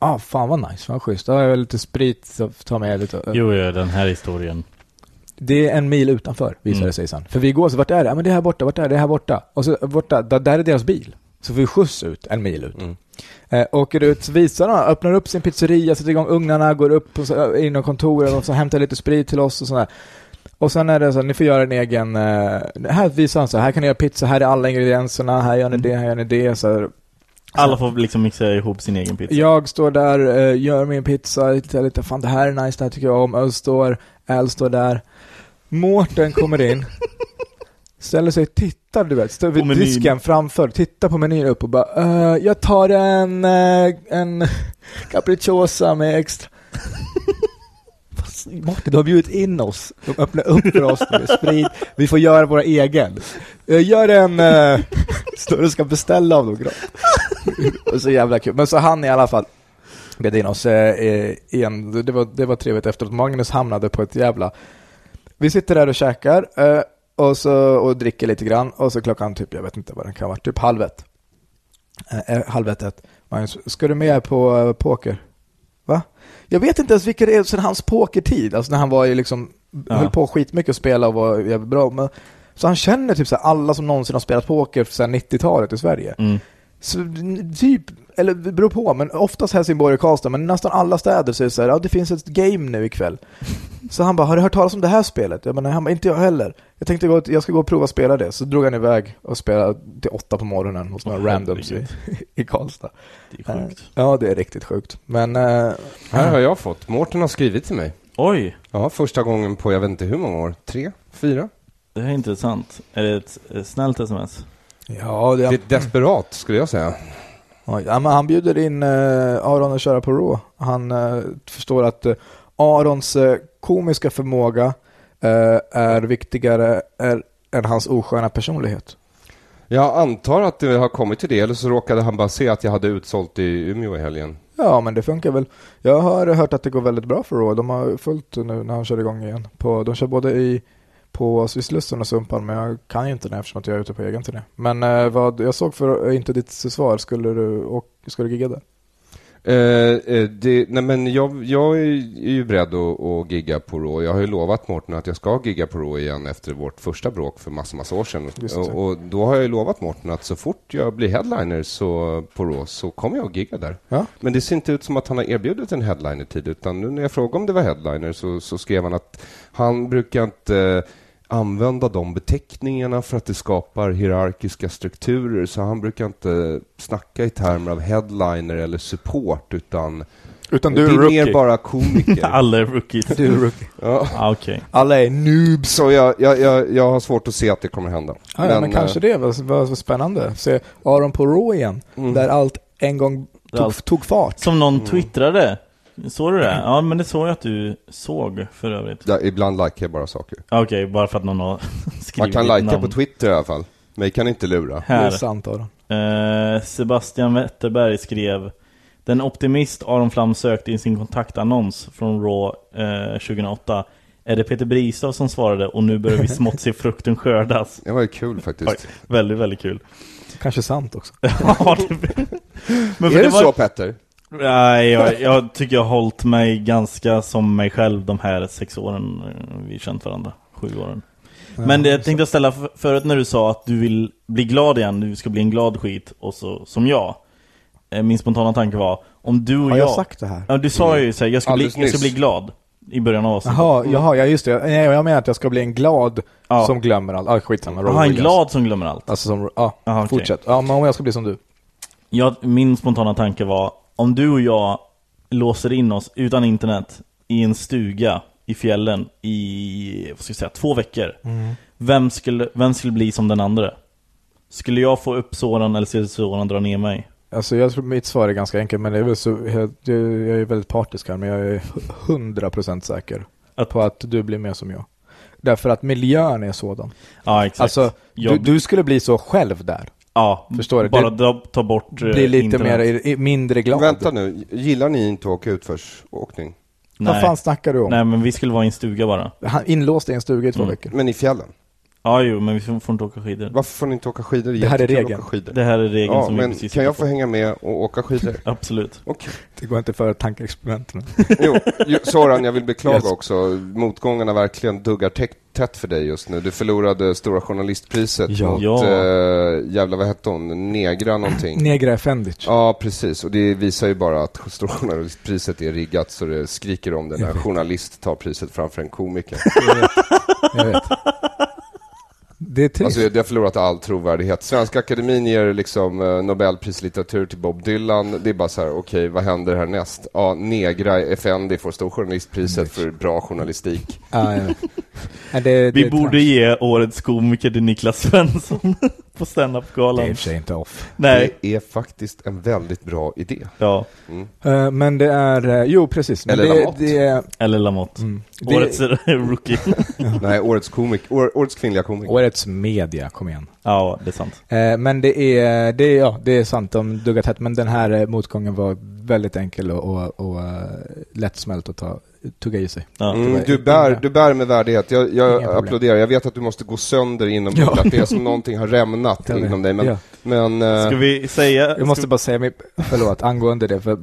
Speaker 4: Ja, ah, fan vad nice, vad schysst. Ja, jag har lite sprit, så ta med lite. eh,
Speaker 1: Jo, ja, den här historien.
Speaker 4: det är en mil utanför, visade
Speaker 1: Mm.
Speaker 4: det sig sen. För vi går så, vart är det? Ja men det är här borta, vart är det? Det är här borta. Och så borta, där, där är deras bil. Så får vi skjuts ut, en mil ut.
Speaker 2: Mm.
Speaker 4: Eh, åker ut, så visar de, öppnar upp sin pizzeria, sätter igång ugnarna, går upp och så, eh, in i kontoret och så hämtar lite sprit till oss och sådär. Och sen är det så här, ni får göra en egen, eh, här visar han så här, här kan ni göra pizza, här är alla ingredienserna, här gör ni det, här gör ni det. Så här,
Speaker 1: Alla
Speaker 4: Alltså-
Speaker 1: får liksom mixa ihop sin egen pizza.
Speaker 4: jag står där, eh, gör min pizza, tittar lite, fan det här är nice, det här tycker jag om. Öl står, Al står där. Mårten kommer in, ställer sig, tittar du vet, står
Speaker 1: På
Speaker 4: vid
Speaker 1: menyn.
Speaker 4: disken framför, tittar på menyn upp och bara eh, jag tar en, eh, en capricciosa med extra. Fast, Mårten, du har bjudit in oss. De öppnar upp för oss med sprit. Vi får göra våra egen. Eh, Gör en... eh, Står och ska beställa av dem. Och så jävla kul. Men så han i alla fall bjöd in oss eh, igen. Det var, det var trevligt efteråt. Magnus hamnade på ett jävla... Vi sitter där och käkar eh, och, så, och dricker lite grann och så klockan typ, jag vet inte vad den kan vara, typ halv ett. Eh, eh, halv ett, ett. Magnus, ska du med på eh, poker? Va? Jag vet inte ens vilka det är sedan hans pokertid, alltså när han var ju liksom,
Speaker 1: Ja.
Speaker 4: höll på skitmycket och spelade och var jävligt bra. Men, så han känner typ så här alla som någonsin har spelat poker sedan 90-talet i Sverige.
Speaker 1: Mm.
Speaker 4: Så n- typ, eller det beror på, men oftast Helsingborg och Karlstad, men nästan alla städer så är det så här, ja det finns ett game nu ikväll. Så han bara, har du hört talas om det här spelet? Jag bara, nej, han bara, inte jag heller. Jag tänkte gå, jag ska gå och prova att spela det. Så drog han iväg och spelade till åtta på morgonen hos några
Speaker 1: Åh,
Speaker 4: randoms i,
Speaker 1: herregud.
Speaker 4: i Karlstad.
Speaker 1: Det är sjukt.
Speaker 4: Ja, det är riktigt sjukt. Men, eh,
Speaker 2: Här har jag fått. Mårten har skrivit till mig.
Speaker 1: Oj,
Speaker 2: Ja, första gången på jag vet inte hur många år. Tre? Fyra?
Speaker 1: det här är intressant. Är det ett eh, snällt sms?
Speaker 4: ja, det
Speaker 2: Det är desperat, skulle jag säga.
Speaker 4: Oj, ja, men han bjuder in eh, Aron att köra på Raw. Han eh, förstår att eh, Arons eh, komiska förmåga eh, är viktigare är, än hans osköna personlighet.
Speaker 2: Jag antar att det har kommit till det, eller så råkade han bara se att jag hade utsålt i Umeå i helgen.
Speaker 4: Ja, men det funkar väl. Jag har hört att det går väldigt bra för Raw. De har fullt nu när han kör igång igen. På, de kör både i på i Slussen och Sumpan, men jag kan ju inte den eftersom att jag är ute på egen turné. Men eh, vad jag såg för, eh, inte ditt svar, skulle du, och, skulle du gigga där?
Speaker 2: Eh, Eh, eh, det, nej men jag, jag är ju beredd att, att gigga på Raw. Jag har ju lovat Mårten att jag ska gigga på Raw igen efter vårt första bråk för massor, massor år sedan.
Speaker 4: Just det.
Speaker 2: Och, och då har jag ju lovat Mårten att så fort jag blir headliner så, på Raw så kommer jag att gigga där.
Speaker 4: Ja.
Speaker 2: Men det ser inte ut som att han har erbjudit en headliner-tid, utan nu när jag frågade om det var headliner så, så skrev han att han brukar inte eh, använda de beteckningarna för att det skapar hierarkiska strukturer, så han brukar inte snacka i termer av headliner eller support, utan
Speaker 4: Utan du
Speaker 2: det
Speaker 4: är
Speaker 2: är
Speaker 4: rookie.
Speaker 2: mer bara komiker.
Speaker 1: Alla är rookies.
Speaker 4: Du är rookie.
Speaker 2: ja.
Speaker 1: Ah, Okej.
Speaker 4: Alla är noob.
Speaker 2: Så jag, jag, jag, jag har svårt att se att det kommer hända.
Speaker 4: Ja, men, ja, men kanske
Speaker 2: eh,
Speaker 4: det. Vad, vad, vad spännande. Se Aron på Raw igen. Där allt en gång
Speaker 1: Där
Speaker 4: tog,
Speaker 1: allt-
Speaker 4: tog fart.
Speaker 1: Som någon twittrade. Såg du det? Ja, men det såg jag att du såg för övrigt.
Speaker 2: ja, ibland likar jag bara saker.
Speaker 1: Ah, Okej, bara för att någon har skrivit
Speaker 2: Man kan
Speaker 1: ditt
Speaker 2: likea
Speaker 1: namn.
Speaker 2: på Twitter i alla fall. Mig kan inte lura.
Speaker 4: Det är
Speaker 1: Här.
Speaker 4: sant Aron.
Speaker 1: Eh, Sebastian Wetterberg skrev Den optimist Aron Flam sökte i sin kontaktannons från Raw eh, 2008 Är det Peter Bristav som svarade och nu börjar vi smått se frukten skördas
Speaker 2: Det var ju kul faktiskt.
Speaker 1: Väldigt, väldigt kul
Speaker 4: Kanske sant också.
Speaker 1: Ja, det- Men för
Speaker 2: är det,
Speaker 1: var-
Speaker 2: så Petter?
Speaker 1: Nej, jag, jag tycker jag har hållit mig ganska som mig själv de här sex åren eh, vi känt varandra. Sju åren. Men det jag tänkte jag ställa för- förut när du sa att du vill bli glad igen, du ska bli en glad skit, och så som jag. Eh, Min spontana tanke var, om du och
Speaker 4: Har
Speaker 1: jag...
Speaker 4: jag sagt det här?
Speaker 1: Ja, du sa ju såhär, jag, ska bli,
Speaker 2: Alldeles
Speaker 1: jag ska
Speaker 2: nyss.
Speaker 1: bli glad. I början av avsnittet.
Speaker 4: Jaha, jaha, ja just det. Jag, nej, jag menar att jag ska bli en glad
Speaker 1: Ja.
Speaker 4: som glömmer allt. Ah, skitsamma. Robbie
Speaker 1: Aha, en
Speaker 4: Williams.
Speaker 1: glad som glömmer allt.
Speaker 4: Alltså som, ja,
Speaker 1: Aha, okej.
Speaker 4: fortsätt. Ja, men om jag ska bli som du.
Speaker 1: Jag, min spontana tanke var, om du och jag låser in oss utan internet i en stuga i fjällen i, vad ska jag säga, två veckor.
Speaker 4: Mm.
Speaker 1: Vem, skulle, vem skulle bli som den andra? Skulle jag få upp Soran eller skulle Soran dra ner mig?
Speaker 4: Alltså jag tror mitt svar är ganska enkelt, men det är väl så, jag, jag jag är väldigt partisk här, men jag är hundra procent säker
Speaker 1: Att-
Speaker 4: på att du blir mer som jag. Därför att miljön är sådan.
Speaker 1: Ja, exakt.
Speaker 4: Alltså, du,
Speaker 1: Jag-
Speaker 4: du skulle bli så själv där.
Speaker 1: ja,
Speaker 4: förstår du,
Speaker 1: Bara
Speaker 4: du-
Speaker 1: dra, ta bort eh,
Speaker 4: Bli lite
Speaker 1: internet.
Speaker 4: mer, i- i- mindre glad.
Speaker 2: Vänta nu, gillar ni inte att åka utförsåkning?
Speaker 4: Vad
Speaker 1: Nej.
Speaker 4: fan snackar du om?
Speaker 1: Nej, men vi skulle vara i en stuga bara.
Speaker 4: Han inlåst i en stuga i två veckor.
Speaker 2: Men i fjällen?
Speaker 1: Ja, jo, men vi får får inte åka skidor.
Speaker 2: Varför får ni inte åka skidor?
Speaker 4: Det här är
Speaker 2: Jättekul att
Speaker 4: regeln.
Speaker 2: åka skidor.
Speaker 1: Det här är regeln
Speaker 2: Ja,
Speaker 1: som vi
Speaker 2: men
Speaker 1: precis
Speaker 2: kan
Speaker 1: har
Speaker 2: jag få
Speaker 1: fått.
Speaker 2: hänga med och åka skidor?
Speaker 1: Absolut.
Speaker 2: Okej.
Speaker 4: Det går inte för tankeexperimenten.
Speaker 2: Jo, jo, Soran, jag vill beklaga
Speaker 4: Yes.
Speaker 2: också. Motgångarna verkligen duggar tätt, tätt för dig just nu. Du förlorade Stora Journalistpriset
Speaker 4: Ja.
Speaker 2: mot,
Speaker 1: Ja.
Speaker 2: eh, jävla vad hette hon, Negra någonting.
Speaker 4: Negra Fendic.
Speaker 2: Ja, precis. Och det visar ju bara att Stora Journalistpriset är riggat så det skriker om det när en journalist tar priset framför en komiker.
Speaker 4: Jag vet. Jag vet. Det är trist.
Speaker 2: Alltså, det har förlorat all trovärdighet. Svenska akademin ger liksom eh, Nobelpris i litteratur till Bob Dylan. Det är bara så här, okej, vad händer härnäst? Ja, Negra Effendi får Storjournalistpriset för bra journalistik.
Speaker 4: Ja, jag vet. Nej, det,
Speaker 1: Vi
Speaker 4: det är
Speaker 1: borde
Speaker 4: trams.
Speaker 1: ge årets komiker till Niklas Svensson på
Speaker 4: Det är i
Speaker 1: standup-galan.
Speaker 4: och för sig inte off.
Speaker 1: Nej,
Speaker 2: Det är faktiskt en väldigt bra idé.
Speaker 1: ja.
Speaker 4: Eh, men det är, eh, jo precis. Men
Speaker 2: Eller
Speaker 4: det,
Speaker 2: Lamotte.
Speaker 4: det, är-
Speaker 1: Eller Lamotte.
Speaker 4: det,
Speaker 1: Årets rookie.
Speaker 2: Nej, årets komik, år, årets kvinnliga komiker.
Speaker 4: årets media, kom igen.
Speaker 1: ja, det är sant.
Speaker 4: Eh, men det är, det, är- ja, det är sant, de duggar tätt. Men den här eh, motgången var väldigt enkel och, och, och eh, lättsmält att ta, tugga i sig.
Speaker 1: Ja.
Speaker 2: Mm, du, bär, du bär med värdighet. Jag, jag
Speaker 4: problem.
Speaker 2: applåderar. Jag vet att du måste gå sönder inom
Speaker 4: Ja.
Speaker 2: ja. Det är som någonting har rämnat
Speaker 4: Jag vet.
Speaker 2: inom dig. Men,
Speaker 4: Ja.
Speaker 2: men eh,
Speaker 1: Ska vi säga...
Speaker 4: Jag måste
Speaker 1: ska...
Speaker 4: bara säga, mig, förlåt, angående det, för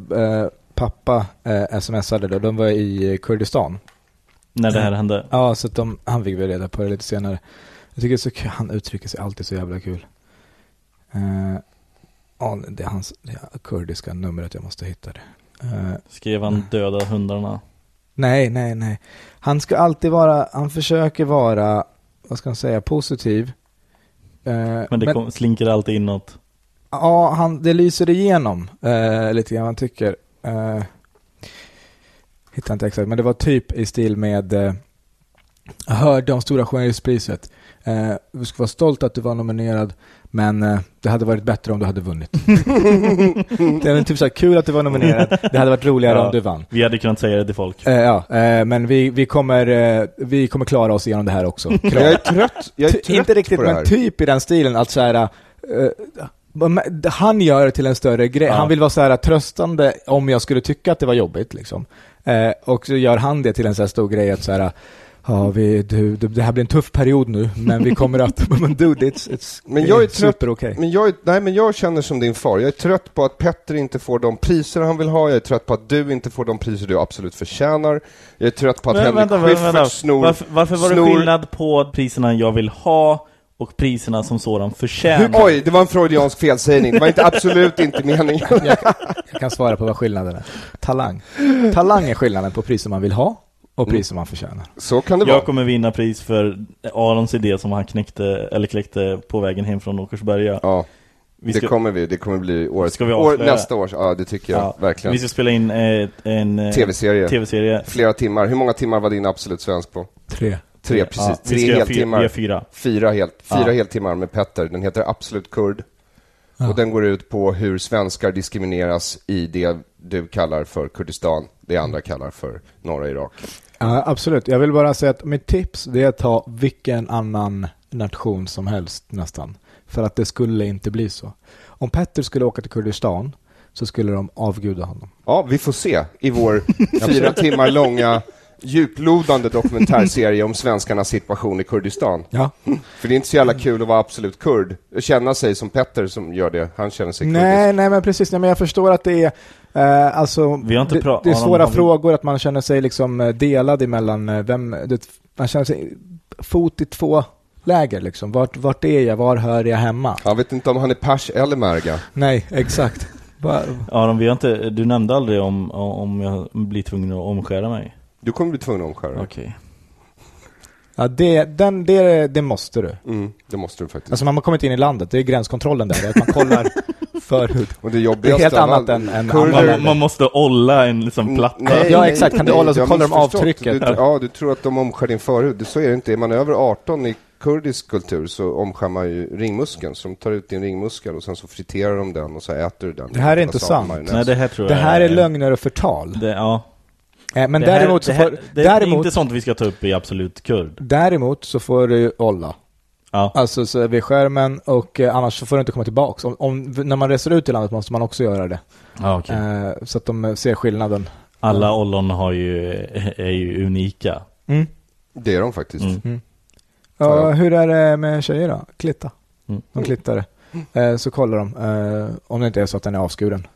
Speaker 4: eh, pappa eh, smsade då, de var i Kurdistan.
Speaker 1: När det här hände.
Speaker 4: Ja, så att de, han fick väl reda på det lite senare. Jag tycker det är så kul, han uttrycker sig alltid så jävla kul. Eh, ja, det är hans det är kurdiska numret, jag måste hitta det. Eh,
Speaker 1: Skrev han döda hundarna.
Speaker 4: nej, nej, nej. Han ska alltid vara, han försöker vara, vad ska man säga, positiv. Eh,
Speaker 1: Men det kom, slinker alltid in något.
Speaker 4: Ja, han, det lyser igenom eh, lite grann, han tycker. Eh, hittar inte exakt, men det var typ i stil med eh, jag hörde om Stora Journalistpriset. Eh, du ska vara stolt att du var nominerad, men eh, det hade varit bättre om du hade vunnit. det är typ så här, kul att du var nominerad, det hade varit roligare
Speaker 1: Ja.
Speaker 4: om du vann.
Speaker 1: Vi hade kunnat säga det till folk.
Speaker 4: Eh, ja, eh, men vi, vi, kommer, eh, vi kommer klara oss igenom det här också. Kram.
Speaker 2: jag är trött, jag är
Speaker 4: Ty-
Speaker 2: trött
Speaker 4: inte riktigt,
Speaker 2: på det här.
Speaker 4: men typ i den stilen att så här, eh, men han gör det till en större grej.
Speaker 1: Ja.
Speaker 4: Han vill vara så här tröstande om jag skulle tycka att det var jobbigt liksom. Eh, och så gör han det till en så här stor grej att så här, Ja, vi, du, det det här blir en tuff period nu, men vi kommer att... Men dude, it's, it's
Speaker 2: Men jag är trött,
Speaker 4: super okej.
Speaker 2: men jag, är- nej, men jag känner som din far. Jag är trött på att Petter inte får de priser han vill ha. Jag är trött på att du inte får de priser du absolut förtjänar. Jag är trött på att
Speaker 1: Men
Speaker 2: Henrik
Speaker 1: vänta, vänta, vänta.
Speaker 2: Schyffert snor...
Speaker 1: varför, varför var det
Speaker 2: snor-
Speaker 1: skillnad på priserna jag vill ha och priserna som sådan förtjänar?
Speaker 2: Oj, det var en freudiansk felsägning. Det var inte, absolut inte meningen.
Speaker 4: Jag kan svara på vad skillnaden är. Talang. Talang är skillnaden på priser man vill ha och
Speaker 2: Mm.
Speaker 4: priser man förtjänar.
Speaker 2: Så kan det vara.
Speaker 1: Jag kommer vinna pris för Arons idé som han knäckte, eller kläckte på vägen hem från Åkersberga.
Speaker 2: Ja,
Speaker 1: Vi
Speaker 2: det kommer vi. Det kommer bli årets...
Speaker 1: Ska vi
Speaker 2: år,
Speaker 1: avslöja?
Speaker 2: nästa års, ja det tycker jag
Speaker 1: ja,
Speaker 2: verkligen.
Speaker 1: Vi ska spela in eh, en eh,
Speaker 2: TV-serie.
Speaker 1: TV-serie.
Speaker 2: Flera timmar. Hur många timmar var din absolut svensk på?
Speaker 4: Tre.
Speaker 2: Tre, precis.
Speaker 1: Ja,
Speaker 2: Tre
Speaker 1: vi ska göra fy-
Speaker 2: heltimmar.
Speaker 1: vi gör fyra.
Speaker 2: Fyra, helt, fyra
Speaker 1: Ja.
Speaker 2: heltimmar med Petter. Den heter Absolut Kurd. Och den går ut på hur svenskar diskrimineras i det du kallar för Kurdistan, det andra kallar för norra Irak.
Speaker 4: Ja, absolut. Jag vill bara säga att mitt tips det är att ta vilken annan nation som helst nästan. För att det skulle inte bli så. Om Petter skulle åka till Kurdistan så skulle de avguda honom.
Speaker 2: Ja, vi får se i vår fyra timmar långa djuplodande dokumentärserie om svenskarnas situation i Kurdistan.
Speaker 4: Ja.
Speaker 2: För det är inte så jävla kul att vara absolut kurd, känna sig som Petter som gör det, han känner sig kurdisk.
Speaker 4: Nej, nej men precis. Nej, men jag förstår att det är, eh, alltså,
Speaker 1: Vi har inte
Speaker 4: det,
Speaker 1: pra-
Speaker 4: det är
Speaker 1: Aron,
Speaker 4: svåra
Speaker 1: har vi-
Speaker 4: frågor, att man känner sig liksom eh, delad emellan eh, vem, det, man känner sig fot i två läger liksom. Vart, vart är jag? Var hör jag hemma?
Speaker 2: Han vet inte om han är pers eller märga.
Speaker 4: Nej, exakt. Va-
Speaker 1: Aron, vi har inte, du nämnde aldrig om, om jag blir tvungen att omskära mig.
Speaker 2: Du kommer bli tvungen att omskära dig.
Speaker 1: Okej.
Speaker 4: Ja, det, den, det, det måste du.
Speaker 2: Mm, det måste du faktiskt.
Speaker 4: Alltså man har kommit in i landet, det är gränskontrollen där, att man kollar förhud.
Speaker 2: Och det jobbigaste
Speaker 4: Det är helt
Speaker 2: av
Speaker 4: annat
Speaker 2: allt-
Speaker 4: än- än
Speaker 2: kurder- Mm,
Speaker 4: andra
Speaker 1: Man, man måste olla en liksom platta.
Speaker 4: Ja, exakt. Kan du hålla så
Speaker 2: jag har
Speaker 4: kollar de
Speaker 2: missförstått.
Speaker 4: avtrycket.
Speaker 2: Du, ja, du tror att de omskär din förhud. Det- Så är det inte. Är man över 18 i kurdisk kultur så omskär man ju ringmuskeln. Så de tar ut din ringmuskel och sen så friterar de den och så äter du den.
Speaker 4: Det här är
Speaker 2: Med
Speaker 4: inte
Speaker 2: wasabi
Speaker 4: sant.
Speaker 2: majonnäs.
Speaker 1: Nej, det här tror
Speaker 4: Det
Speaker 1: jag
Speaker 4: här är lögner och förtal.
Speaker 1: Det, ja.
Speaker 4: Eh, Men
Speaker 1: det här,
Speaker 4: däremot,
Speaker 1: det,
Speaker 4: så
Speaker 1: här,
Speaker 4: får,
Speaker 1: det är
Speaker 4: däremot,
Speaker 1: inte sånt vi ska ta upp i Absolut Kurd.
Speaker 4: däremot så får du olla.
Speaker 1: Ja.
Speaker 4: Alltså så är vid skärmen och eh, annars så får du inte komma tillbaks. Om, om, när man reser ut i landet måste man också göra det.
Speaker 1: Ja, okej.
Speaker 4: Eh, så att de eh, ser skillnaden.
Speaker 1: Alla ollon har ju, är ju unika.
Speaker 2: Det är de faktiskt.
Speaker 1: Mm.
Speaker 4: Ja,
Speaker 2: Ja.
Speaker 4: Hur är det med tjejer då? Klitta.
Speaker 1: Mm.
Speaker 4: De klittar det. Eh, så kollar de eh, om det inte är så att den är avskuren.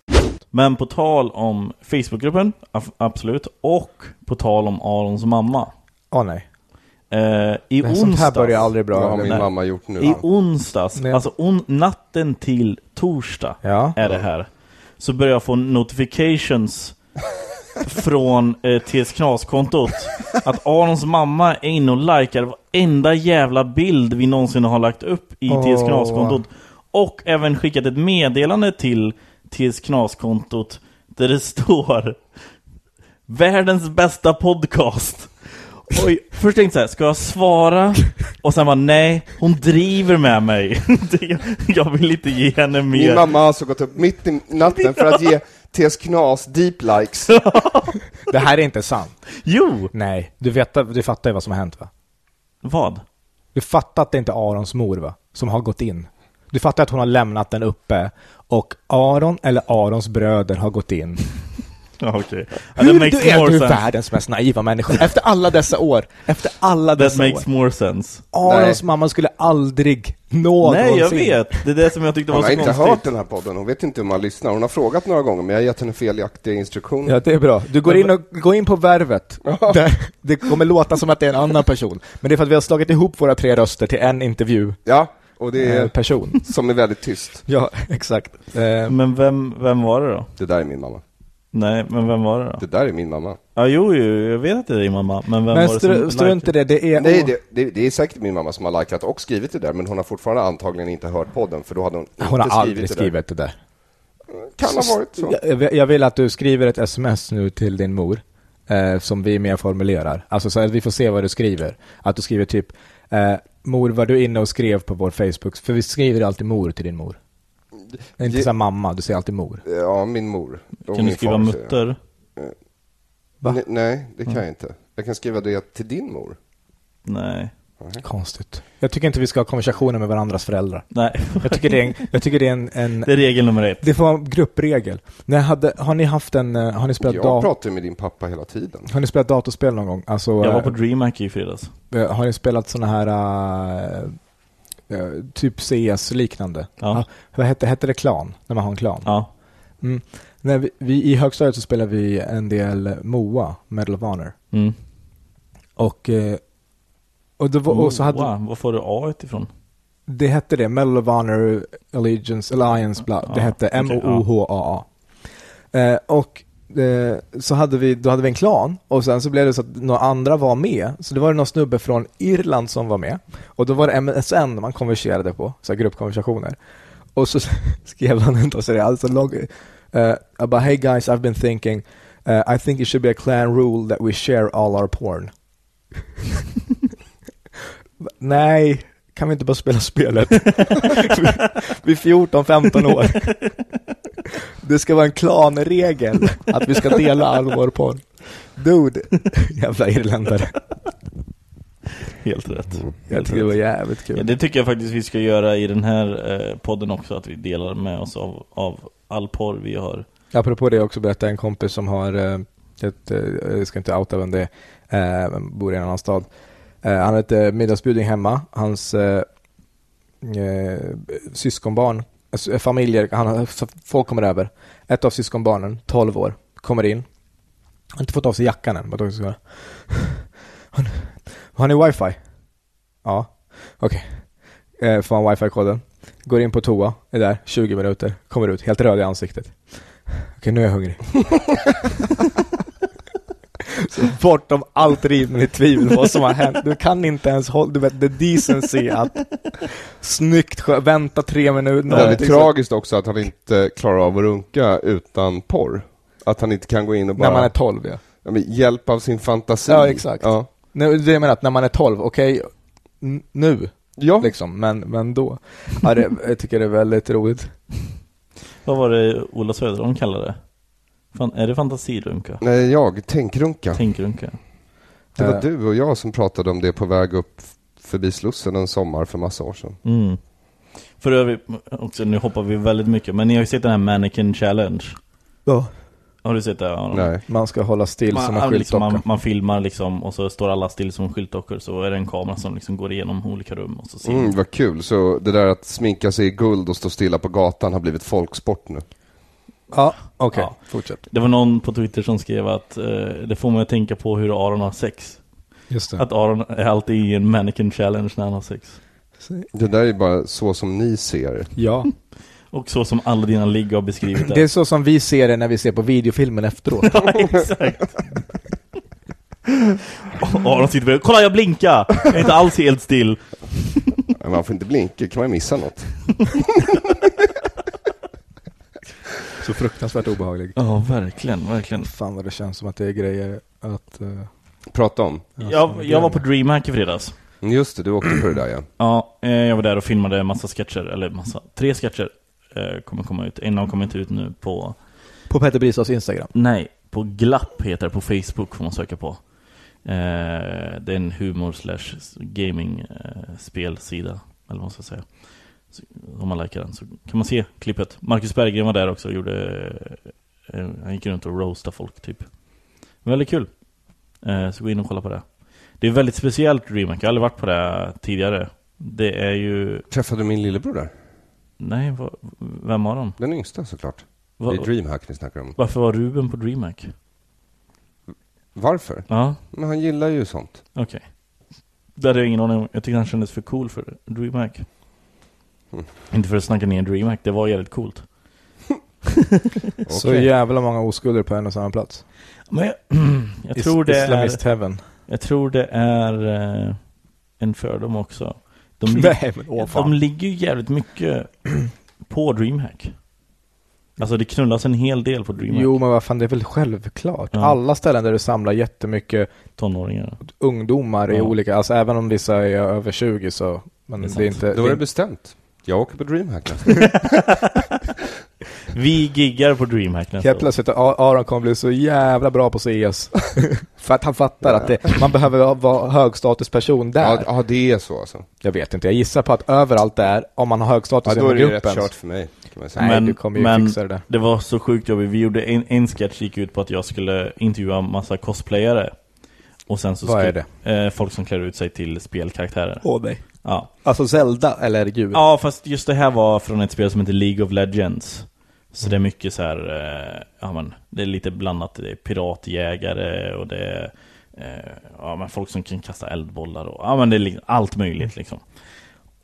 Speaker 1: Men på tal om Facebookgruppen, af- absolut, och på tal om Arons mamma.
Speaker 4: Åh nej.
Speaker 1: Eh, I
Speaker 4: Men Sånt här börjar
Speaker 1: onsdags,
Speaker 4: aldrig
Speaker 2: Bra,
Speaker 4: bra.
Speaker 2: har min
Speaker 1: Nej.
Speaker 2: mamma gjort nu.
Speaker 1: i onsdags
Speaker 4: Nej.
Speaker 1: alltså on, natten till torsdag
Speaker 4: Ja.
Speaker 1: är det här, så börjar jag få notifications från eh, TS Knas-kontot att Arons mamma är inne och likar varenda jävla bild vi någonsin har lagt upp i
Speaker 4: Åh.
Speaker 1: TS Knas-kontot. Och även skickat ett meddelande till TS Knas-kontot där det står Världens bästa podcast. Oj, först tänkte jag så här, ska jag svara? Och sen var nej, hon driver med mig. Det- jag vill inte ge henne mer.
Speaker 2: Min mamma har alltså gått upp mitt i natten för att ge TS Knas deep likes.
Speaker 4: Det här är inte sant.
Speaker 1: Jo!
Speaker 4: Nej. Du, vet, du fattar ju vad som har hänt va?
Speaker 1: Vad?
Speaker 4: Du fattar att det inte är Arons mor va? Som har gått in. Du fattar att hon har lämnat den uppe och Aron eller Arons bröder har gått in.
Speaker 1: Ja, okej. Ja,
Speaker 4: Hur
Speaker 1: that
Speaker 4: du
Speaker 1: makes
Speaker 4: är
Speaker 1: more
Speaker 4: du
Speaker 1: sense.
Speaker 4: världens mest naiva människa? Efter alla dessa år. Efter alla
Speaker 1: That
Speaker 4: dessa år.
Speaker 1: makes more sense.
Speaker 4: Arons
Speaker 2: Nej.
Speaker 4: mamma skulle aldrig någonsin...
Speaker 1: Nej, jag vet. Det är det som jag tyckte var
Speaker 2: Hon har
Speaker 1: så
Speaker 2: inte
Speaker 1: konstigt.
Speaker 2: hört den här podden, hon vet inte hur man lyssnar. Hon har frågat några gånger, men jag har gett henne felaktiga instruktioner.
Speaker 4: Ja, det är bra. Du går in, och, går in på värvet. Det, det kommer låta som att det är en annan person. Men det är för att vi har slagit ihop våra tre röster till en intervju-person.
Speaker 2: Ja, och det
Speaker 4: Eh,
Speaker 2: är som är väldigt tyst.
Speaker 4: Ja, exakt. Eh,
Speaker 1: Men vem, vem var det då?
Speaker 2: Det där är min mamma.
Speaker 1: Nej, men vem var det då?
Speaker 2: Det där är min mamma.
Speaker 1: Ja, jo, jo, jag vet att det är din mamma. Men vem
Speaker 4: men
Speaker 1: var det
Speaker 4: stru,
Speaker 1: som
Speaker 4: strunt i det, det är...
Speaker 2: Nej, det, det, det är säkert min mamma som har likat och skrivit det där, men hon har fortfarande antagligen inte hört podden, för då hade hon,
Speaker 4: Hon
Speaker 2: inte
Speaker 4: har
Speaker 2: skrivit
Speaker 4: aldrig
Speaker 2: det
Speaker 4: skrivit det där.
Speaker 2: där. Kan ha varit så.
Speaker 4: Jag, jag vill att du skriver ett sms nu till din mor, eh, som vi mer formulerar. Alltså så att vi får se vad du skriver. Att du skriver typ, eh, mor var du inne och skrev på vår Facebook? För vi skriver alltid mor till din mor. Det är inte
Speaker 2: Ge-
Speaker 4: såhär mamma, du säger alltid mor.
Speaker 2: Ja, min mor. Och
Speaker 1: Kan du
Speaker 2: min
Speaker 1: skriva
Speaker 2: far, säger jag.
Speaker 1: mutter?
Speaker 4: Va? Mm.
Speaker 2: Ne- Nej, det kan jag inte. Jag kan skriva det till din mor.
Speaker 1: Nej.
Speaker 2: Mm.
Speaker 4: Konstigt. Jag tycker inte vi ska ha konversationer med varandras föräldrar.
Speaker 1: Nej.
Speaker 4: Jag tycker det är en, jag tycker det är en, en
Speaker 1: Det är regel nummer ett.
Speaker 4: det får vara en gruppregel. När jag hade, har ni haft en, eh, har ni spelat
Speaker 2: Jag
Speaker 4: da-
Speaker 2: pratar ju med din pappa hela tiden.
Speaker 4: har ni spelat datorspel någon gång? Alltså,
Speaker 1: Jag var
Speaker 4: eh,
Speaker 1: på DreamHack i fredags.
Speaker 4: Eh, Har ni spelat såna här eh, eh, typ CS-liknande?
Speaker 1: Ja.
Speaker 4: Vad hette, hette det klan? När man har en klan?
Speaker 1: Ja.
Speaker 4: När vi, vi, I högstadiet så spelade vi en del MOA, Medal of Honor.
Speaker 1: Mm.
Speaker 4: Och, eh, och, det var, och så hade,
Speaker 1: Mm. Wow, var får du A ifrån?
Speaker 4: det hette det, Medal of Honor Allegiance, Alliance, bla,
Speaker 1: Ja,
Speaker 4: det hette
Speaker 1: okej,
Speaker 4: M-O-O-H-A-A. Eh, och eh, så hade vi, då hade vi en klan och sen så blev det så att några andra var med. Så det var det någon snubbe från Irland som var med. Och då var det MSN man konverserade på, så här gruppkonversationer. Och så skrev han inte, så det är alltså lång, eh, about hey guys I've been thinking, eh, I think it should be a clan rule that we share all our porn. Nej, kan vi inte bara spela spelet? Vid 14-15 år. Det ska vara en klanregel att vi ska dela all vår porr. Dude, jävla irländare.
Speaker 1: Helt
Speaker 2: Mm,
Speaker 1: rätt.
Speaker 4: Jag tycker det var jävligt
Speaker 1: Ja,
Speaker 4: kul.
Speaker 1: det tycker jag faktiskt vi ska göra i den här eh, podden också, att vi delar med oss av, av all porr vi har.
Speaker 4: Apropå det också berättade en kompis som har, eh, ett, eh, jag ska inte outa vem det är, eh, men bor i en annan stad. Eh, Han har ett eh, middagsbjudning hemma. Hans eh, eh, syskonbarn, alltså, eh, familjer, han, har- så folk kommer över. Ett av syskonbarnen, 12 år, kommer in. Han har inte fått av sig jackan än. Vad de ska göra. Har ni- Har ni wifi? Ja. Okej. Eh, får han wifi-koden. Går in på toa, är där 20 minuter, kommer ut helt röd i ansiktet. Okej, nu är jag hungrig. Så bortom allt rimligt tvivel vad som har hänt. Du kan inte ens hålla, du vet, the decency att snyggt skö- vänta tre minuter.
Speaker 2: Det är
Speaker 4: någonting så-
Speaker 2: tragiskt också att han inte klarar av att runka utan porr. Att han inte kan gå in och bara...
Speaker 4: När man är 12 ja.
Speaker 2: Ja, men hjälp av sin fantasi.
Speaker 4: Ja, exakt.
Speaker 2: Ja.
Speaker 4: Nu, det jag menar att när man är 12, okej, n- nu
Speaker 2: Ja.
Speaker 4: liksom, men, men då. Ja, det, jag tycker det är väldigt roligt.
Speaker 1: Vad var det Ola Söderholm kallade det? Fan, är det fantasirunka?
Speaker 2: Nej, jag. Tänkrunka.
Speaker 1: Tänkrunka?
Speaker 2: Det
Speaker 4: Eh.
Speaker 2: var du och jag som pratade om det på väg upp f- förbi Slussen en sommar för massa år sedan.
Speaker 1: Mm. För övrigt, också, nu hoppar vi väldigt mycket, men ni har ju sett den här Mannequin Challenge?
Speaker 4: Ja.
Speaker 1: Har du sett det? Aron?
Speaker 2: Nej.
Speaker 4: Man ska hålla still som en
Speaker 1: liksom,
Speaker 4: skyltdocka.
Speaker 1: man, man filmar liksom och så står alla still som skyltdockor så är det en kamera som liksom går igenom olika rum och så ser
Speaker 2: Mm, vad kul. Så det där att sminka sig i guld och stå stilla på gatan har blivit folksport nu.
Speaker 4: Ja, okej.
Speaker 1: Ja.
Speaker 4: Fortsätt.
Speaker 1: Det var någon på Twitter som skrev att eh, det får mig att tänka på hur Aron har sex.
Speaker 4: Just det.
Speaker 1: Att Aron är alltid i en mannequin challenge när han har sex.
Speaker 2: Det där är bara så som ni ser.
Speaker 4: Ja.
Speaker 1: Och så som alla dina ligg har beskrivit det.
Speaker 4: Det är så som vi ser det när vi ser på videofilmen efteråt.
Speaker 1: Ja, exakt. Och Aron sitter bredvid. Kolla jag blinkar! Jag är inte alls helt still.
Speaker 2: Men Man får inte blinka, kan man missa något.
Speaker 4: så fruktansvärt obehaglig.
Speaker 1: Ja, verkligen, verkligen.
Speaker 4: Fan vad det känns som att det är grejer att... eh,
Speaker 2: Prata om.
Speaker 1: Jag, jag var på DreamHack i fredags.
Speaker 2: Mm, Just det, du åkte på det där ja.
Speaker 1: Ja, eh, jag var där och filmade massa sketcher, eller massa, tre sketcher eh, kommer komma ut. En av dem kommer inte ut nu på,
Speaker 4: på Peter Bristads Instagram.
Speaker 1: nej, på Glapp heter det på Facebook får man söka på. Eh, det är en humor slash gaming eh, spelsida, eller vad man ska säga. Så, om man likar den så kan man se klippet. Marcus Berggren var där också och gjorde, eh, han gick runt och roastade folk typ. Väldigt kul. Eh, så gå in och kolla på det. Det är väldigt speciellt Dreamhack, jag har aldrig varit på det tidigare. Det är ju
Speaker 2: Träffade du min lillebror där?
Speaker 1: Nej, va, vem av dem?
Speaker 2: Den yngsta såklart.
Speaker 1: Va,
Speaker 2: Det är DreamHack ni snackar om.
Speaker 1: varför var Ruben på DreamHack?
Speaker 2: Varför?
Speaker 1: Ja,
Speaker 2: Men han gillar ju sånt.
Speaker 1: okej. Det hade jag ingen aning om. Jag tyckte han kändes för cool för DreamHack.
Speaker 2: Mm.
Speaker 1: Inte för att snacka ner DreamHack, det var jävligt coolt.
Speaker 4: Så jävla många oskulder på en och samma plats.
Speaker 1: Men jag, jag, tror, det är,
Speaker 4: Islamist heaven.
Speaker 1: jag tror det är eh, en fördom också. De, lig-
Speaker 4: Nej men åh
Speaker 1: de
Speaker 4: fan.
Speaker 1: ligger ju jävligt mycket på DreamHack. Alltså det knullas en hel del på DreamHack,
Speaker 4: Jo men vad fan, det är väl självklart.
Speaker 1: Ja.
Speaker 4: Alla ställen där du samlar jättemycket
Speaker 1: tonåringar.
Speaker 4: ungdomar är
Speaker 1: Ja.
Speaker 4: olika, alltså även om vissa är över 20 så, men
Speaker 1: Det är
Speaker 2: Eh,
Speaker 4: det är,
Speaker 1: sant.
Speaker 4: inte...
Speaker 2: Då är
Speaker 4: det
Speaker 2: det
Speaker 4: är-
Speaker 2: bestämt. Jag åker på DreamHack.
Speaker 1: Vi giggar på DreamHack nästa
Speaker 4: Helt
Speaker 1: år.
Speaker 4: plötsligt, A- Aron kommer bli så jävla bra på CS. För att han fattar att det, man behöver ha- vara högstatusperson där.
Speaker 2: Ja, ja, det är så alltså.
Speaker 4: Jag vet inte, jag gissar på att överallt där, om man har hög status
Speaker 2: Ja,
Speaker 4: i
Speaker 2: då är det ju
Speaker 4: gruppen.
Speaker 2: rätt kört för mig. Kan man säga.
Speaker 4: Nej,
Speaker 1: men
Speaker 4: du kommer ju
Speaker 1: men
Speaker 4: fixa det där.
Speaker 1: var så sjukt jobbigt. Vi gjorde en, en sketch gick ut på att jag skulle intervjua massa cosplayare. Och sen så
Speaker 4: Vad
Speaker 1: skulle,
Speaker 4: är Oh.
Speaker 1: Eh, folk som klär ut sig till spelkaraktärer.
Speaker 4: Åh nej.
Speaker 1: Ja.
Speaker 4: Alltså Zelda, eller gud.
Speaker 1: ja, fast just det här var från ett spel som heter League of Legends. Så det är mycket så här, eh, ja men, det är lite blandat. Det är piratjägare och det är eh, ja, men folk som kan kasta eldbollar och ja men det är li- allt möjligt liksom.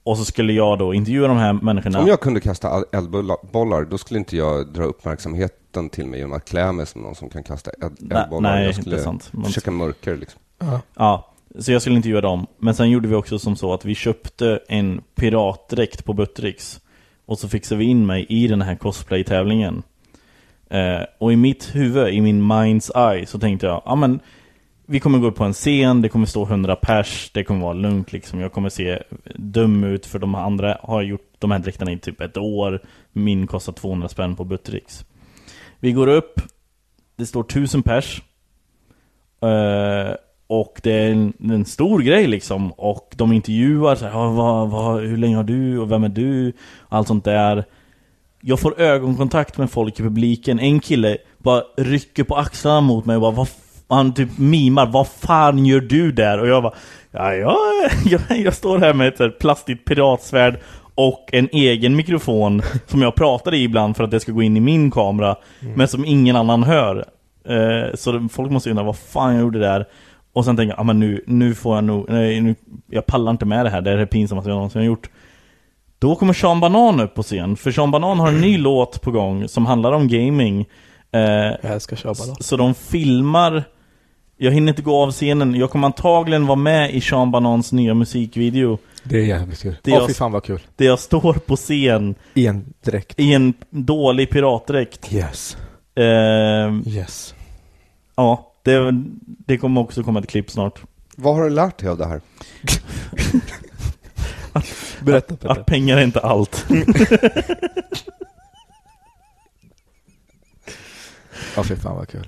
Speaker 1: Och så skulle jag då intervjua de här människorna.
Speaker 2: Om jag kunde kasta all- eldbollar, då skulle inte jag dra uppmärksamheten till mig genom att klä mig som någon som kan kasta eld-
Speaker 1: Nej,
Speaker 2: eldbollar.
Speaker 1: nej,
Speaker 2: jag skulle
Speaker 1: inte sant. Man-
Speaker 2: försöka mörka det liksom.
Speaker 1: Ja, så jag skulle intervjua dem. Men sen gjorde vi också som så att vi köpte en piratdräkt på Buttricks. Och så fixade vi in mig i den här cosplay-tävlingen. Eh, och i mitt huvud, i min mind's eye, så tänkte jag, ja men vi kommer gå upp på en scen, det kommer stå 100 pers, det kommer vara lugnt liksom. Jag kommer se dum ut för de andra har gjort de här dräkterna i typ ett år. Min kostar 200 spänn på Buttricks. Vi går upp, det står 1000 pers. Eh, och det är en, en stor grej liksom. Och de intervjuar så här, "Ja, vad, vad, hur länge har du och vem är du? Och allt sånt där. Jag får ögonkontakt med folk i publiken. En kille bara rycker på axlarna mot mig och bara, vad f-" han typ mimar, vad fan gör du där? Och jag bara, ja, jag, jag, jag står här med ett så här plastigt piratsvärd och en egen mikrofon som jag pratar i ibland för att det ska gå in i min kamera, men som ingen annan hör. Eh, så det- folk måste undra vad fan jag gjorde där. Och sen tänker jag, ah, men nu, nu får jag nog, nej, nu, jag pallar inte med det här, det här är det pinsammaste jag någonsin har gjort. Då kommer Sean Banan upp på scen, för Sean Banan har en ny låt på gång som handlar om gaming. Eh,
Speaker 4: Jag älskar Shabba
Speaker 1: så de filmar Jag hinner inte gå av scenen Jag kommer antagligen vara med i Sean Banans nya musikvideo
Speaker 4: Det är jävligt kul.
Speaker 1: Det
Speaker 4: Åh
Speaker 1: är jag-
Speaker 4: fy fan vad kul.
Speaker 1: Där jag står på scen
Speaker 4: I en dräkt.
Speaker 1: I en dålig piratdräkt
Speaker 4: Yes.
Speaker 1: eh,
Speaker 4: Yes.
Speaker 1: Ja det, det kommer också komma ett klipp snart
Speaker 2: Vad har du lärt dig av det här?
Speaker 4: Berätta Petter.
Speaker 1: Att Ah, pengar är inte allt
Speaker 4: Ja fy fan vad kul.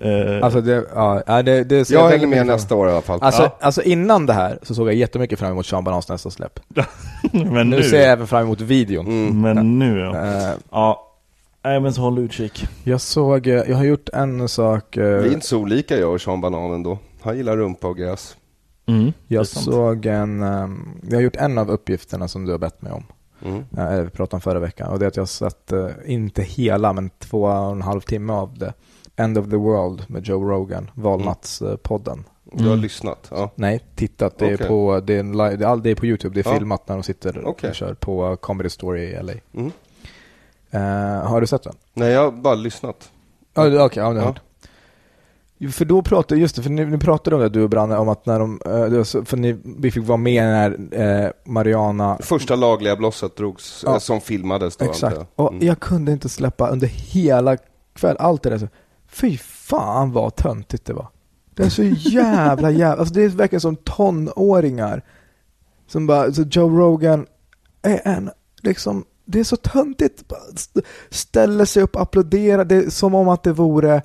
Speaker 1: eh,
Speaker 4: Alltså det, ja, ja, det, det ser
Speaker 2: Jag
Speaker 4: väldigt
Speaker 2: hänger med
Speaker 4: mycket fram-
Speaker 2: nästa år i alla fall.
Speaker 4: Alltså,
Speaker 2: Ja.
Speaker 4: alltså innan det här så såg jag jättemycket fram emot Sean Banans nästa släpp.
Speaker 1: Men
Speaker 4: Nu,
Speaker 1: nu,
Speaker 4: ser jag även fram emot videon.
Speaker 2: Mm.
Speaker 1: Men nu ja,
Speaker 4: Eh,
Speaker 1: ja. Nej men så håll utkik
Speaker 4: jag såg, eh, jag har gjort en sak. eh,
Speaker 2: Vi är inte så olika jag och Sean Banan ändå. Han gillar rumpa och gräs.
Speaker 1: mm, det är
Speaker 4: jag
Speaker 1: sant.
Speaker 4: såg en, ehm, jag har gjort en av uppgifterna som du har bett mig om.
Speaker 2: Mm.
Speaker 4: Eh, eller vi pratade om förra veckan. Och det är att jag har sett, eh, inte hela, men två och en halv timme av det. End of the World med Joe Rogan, Valnattspodden.
Speaker 2: Du har
Speaker 1: Mm.
Speaker 2: lyssnat? Ja.
Speaker 4: Nej, tittat. Det,
Speaker 2: Okej.
Speaker 4: är på, det, är en live, det, är all, det är på YouTube, det är
Speaker 2: Ja.
Speaker 4: filmat när de sitter
Speaker 2: Okej.
Speaker 4: och kör på Comedy Story i LA.
Speaker 2: Mm.
Speaker 4: Eh, har du sett den?
Speaker 2: Nej, jag har bara lyssnat.
Speaker 4: Ja, du- okej, ja,
Speaker 2: Ja.
Speaker 4: ja. För då pratade, just det, för ni, ni pratade om det du och Branne, om att när de, eh, det var så- för ni, vi fick vara med när eh, Mariana
Speaker 2: Första lagliga blosset drogs,
Speaker 4: Ja.
Speaker 2: eh, som filmades då
Speaker 4: Exakt,
Speaker 2: antar jag.
Speaker 4: och
Speaker 2: Mm.
Speaker 4: jag kunde inte släppa under hela kväll, allt det där så, fy fan vad töntigt det var. Det är så jävla jävla, alltså det är verkligen som tonåringar som bara, så Joe Rogan är en, liksom, det är så töntigt, Bara st- ställer sig upp, applåderar, det är som om att det vore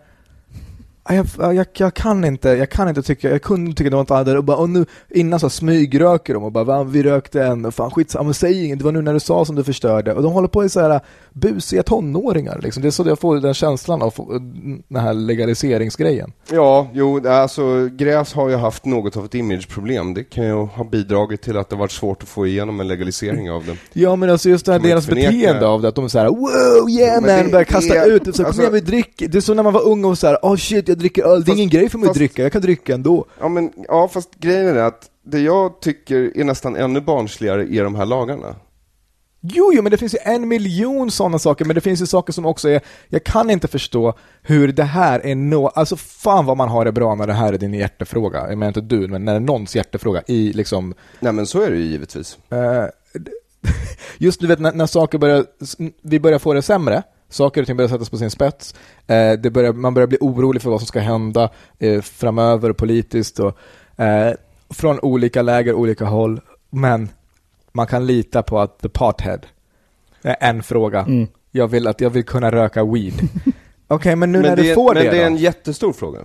Speaker 4: Ja, Ah, jag, jag, jag kan inte, jag kan inte tycka, jag kunde tycka något annat och bara, och nu, innan så smygröker de och bara, Va, vi rökte en, och fan skitsamma, men säg inget, det var nu när du sa som du förstörde. Och de håller på i så här ah, busiga tonåringar liksom. Det är så jag får den känslan av få- den här legaliseringsgrejen.
Speaker 2: Ja, jo, alltså gräs har ju haft något av ett imageproblem. Det kan ju ha bidragit till att det varit svårt att få igenom en legalisering av det.
Speaker 4: Ja men alltså just det här
Speaker 2: Kan man
Speaker 4: deras
Speaker 2: inte förneka.
Speaker 4: beteende av det, att de är såhär wow yeah
Speaker 2: Jo, men
Speaker 4: man,
Speaker 2: det
Speaker 4: börjar kasta
Speaker 2: är-
Speaker 4: ut, och så här,
Speaker 2: alltså-
Speaker 4: kom igen vi dricker. Det är så när man var ung och såhär, oh shit jag dricker öl, det är
Speaker 2: Fast-
Speaker 4: ingen grej för mig
Speaker 2: fast-
Speaker 4: att dricka, jag kan dricka ändå.
Speaker 2: Ja, men, ja, fast grejen är att det jag tycker är nästan ännu barnsligare är de här lagarna.
Speaker 4: Jo, jo, men det finns ju en miljon sådana saker, men det finns ju saker som också är, jag kan inte förstå hur det här är nå, alltså fan vad man har det bra när det här är din hjärtefråga, jag menar inte du, men när det är någons hjärtefråga i liksom,
Speaker 2: Nej, men så är det ju givetvis.
Speaker 4: eh, just du vet när, när saker börjar, vi börjar få det sämre, saker och ting börjar sättas på sin spets, eh, det börjar, man börjar bli orolig för vad som ska hända eh, framöver politiskt och eh, från olika läger, olika håll, men man kan lita på att the pothead, eh, en fråga, jag vill, att jag vill kunna röka weed. Okej, men nu
Speaker 2: men
Speaker 4: när
Speaker 2: det
Speaker 4: du
Speaker 2: är,
Speaker 4: får
Speaker 2: Men
Speaker 4: det,
Speaker 2: det
Speaker 4: då? Mm.
Speaker 2: är en jättestor fråga.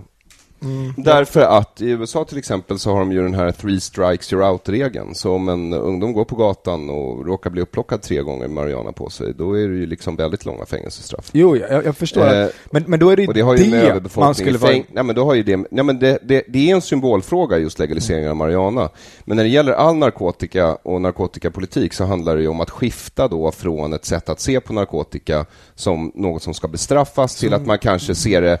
Speaker 2: Därför att i USA till exempel så har de ju den här three strikes you're out-regeln. Så om en ungdom går på gatan och råkar bli upplockad tre gånger med marijuana på sig, då är det ju liksom väldigt långa fängelsestraff.
Speaker 4: Jo, jag, jag förstår.
Speaker 2: Eh,
Speaker 4: att, men, men då är det ju
Speaker 2: Och det har ju med
Speaker 4: det man
Speaker 2: överbefolkningen
Speaker 4: skulle
Speaker 2: i
Speaker 4: vara...
Speaker 2: fäng- Nej, men då har ju det... Nej, men det, det, det är en symbolfråga just legaliseringen av marijuana. Men när det gäller all narkotika och narkotikapolitik så handlar det ju om att skifta då från ett sätt att se på narkotika som något som ska bestraffas till att man kanske ser det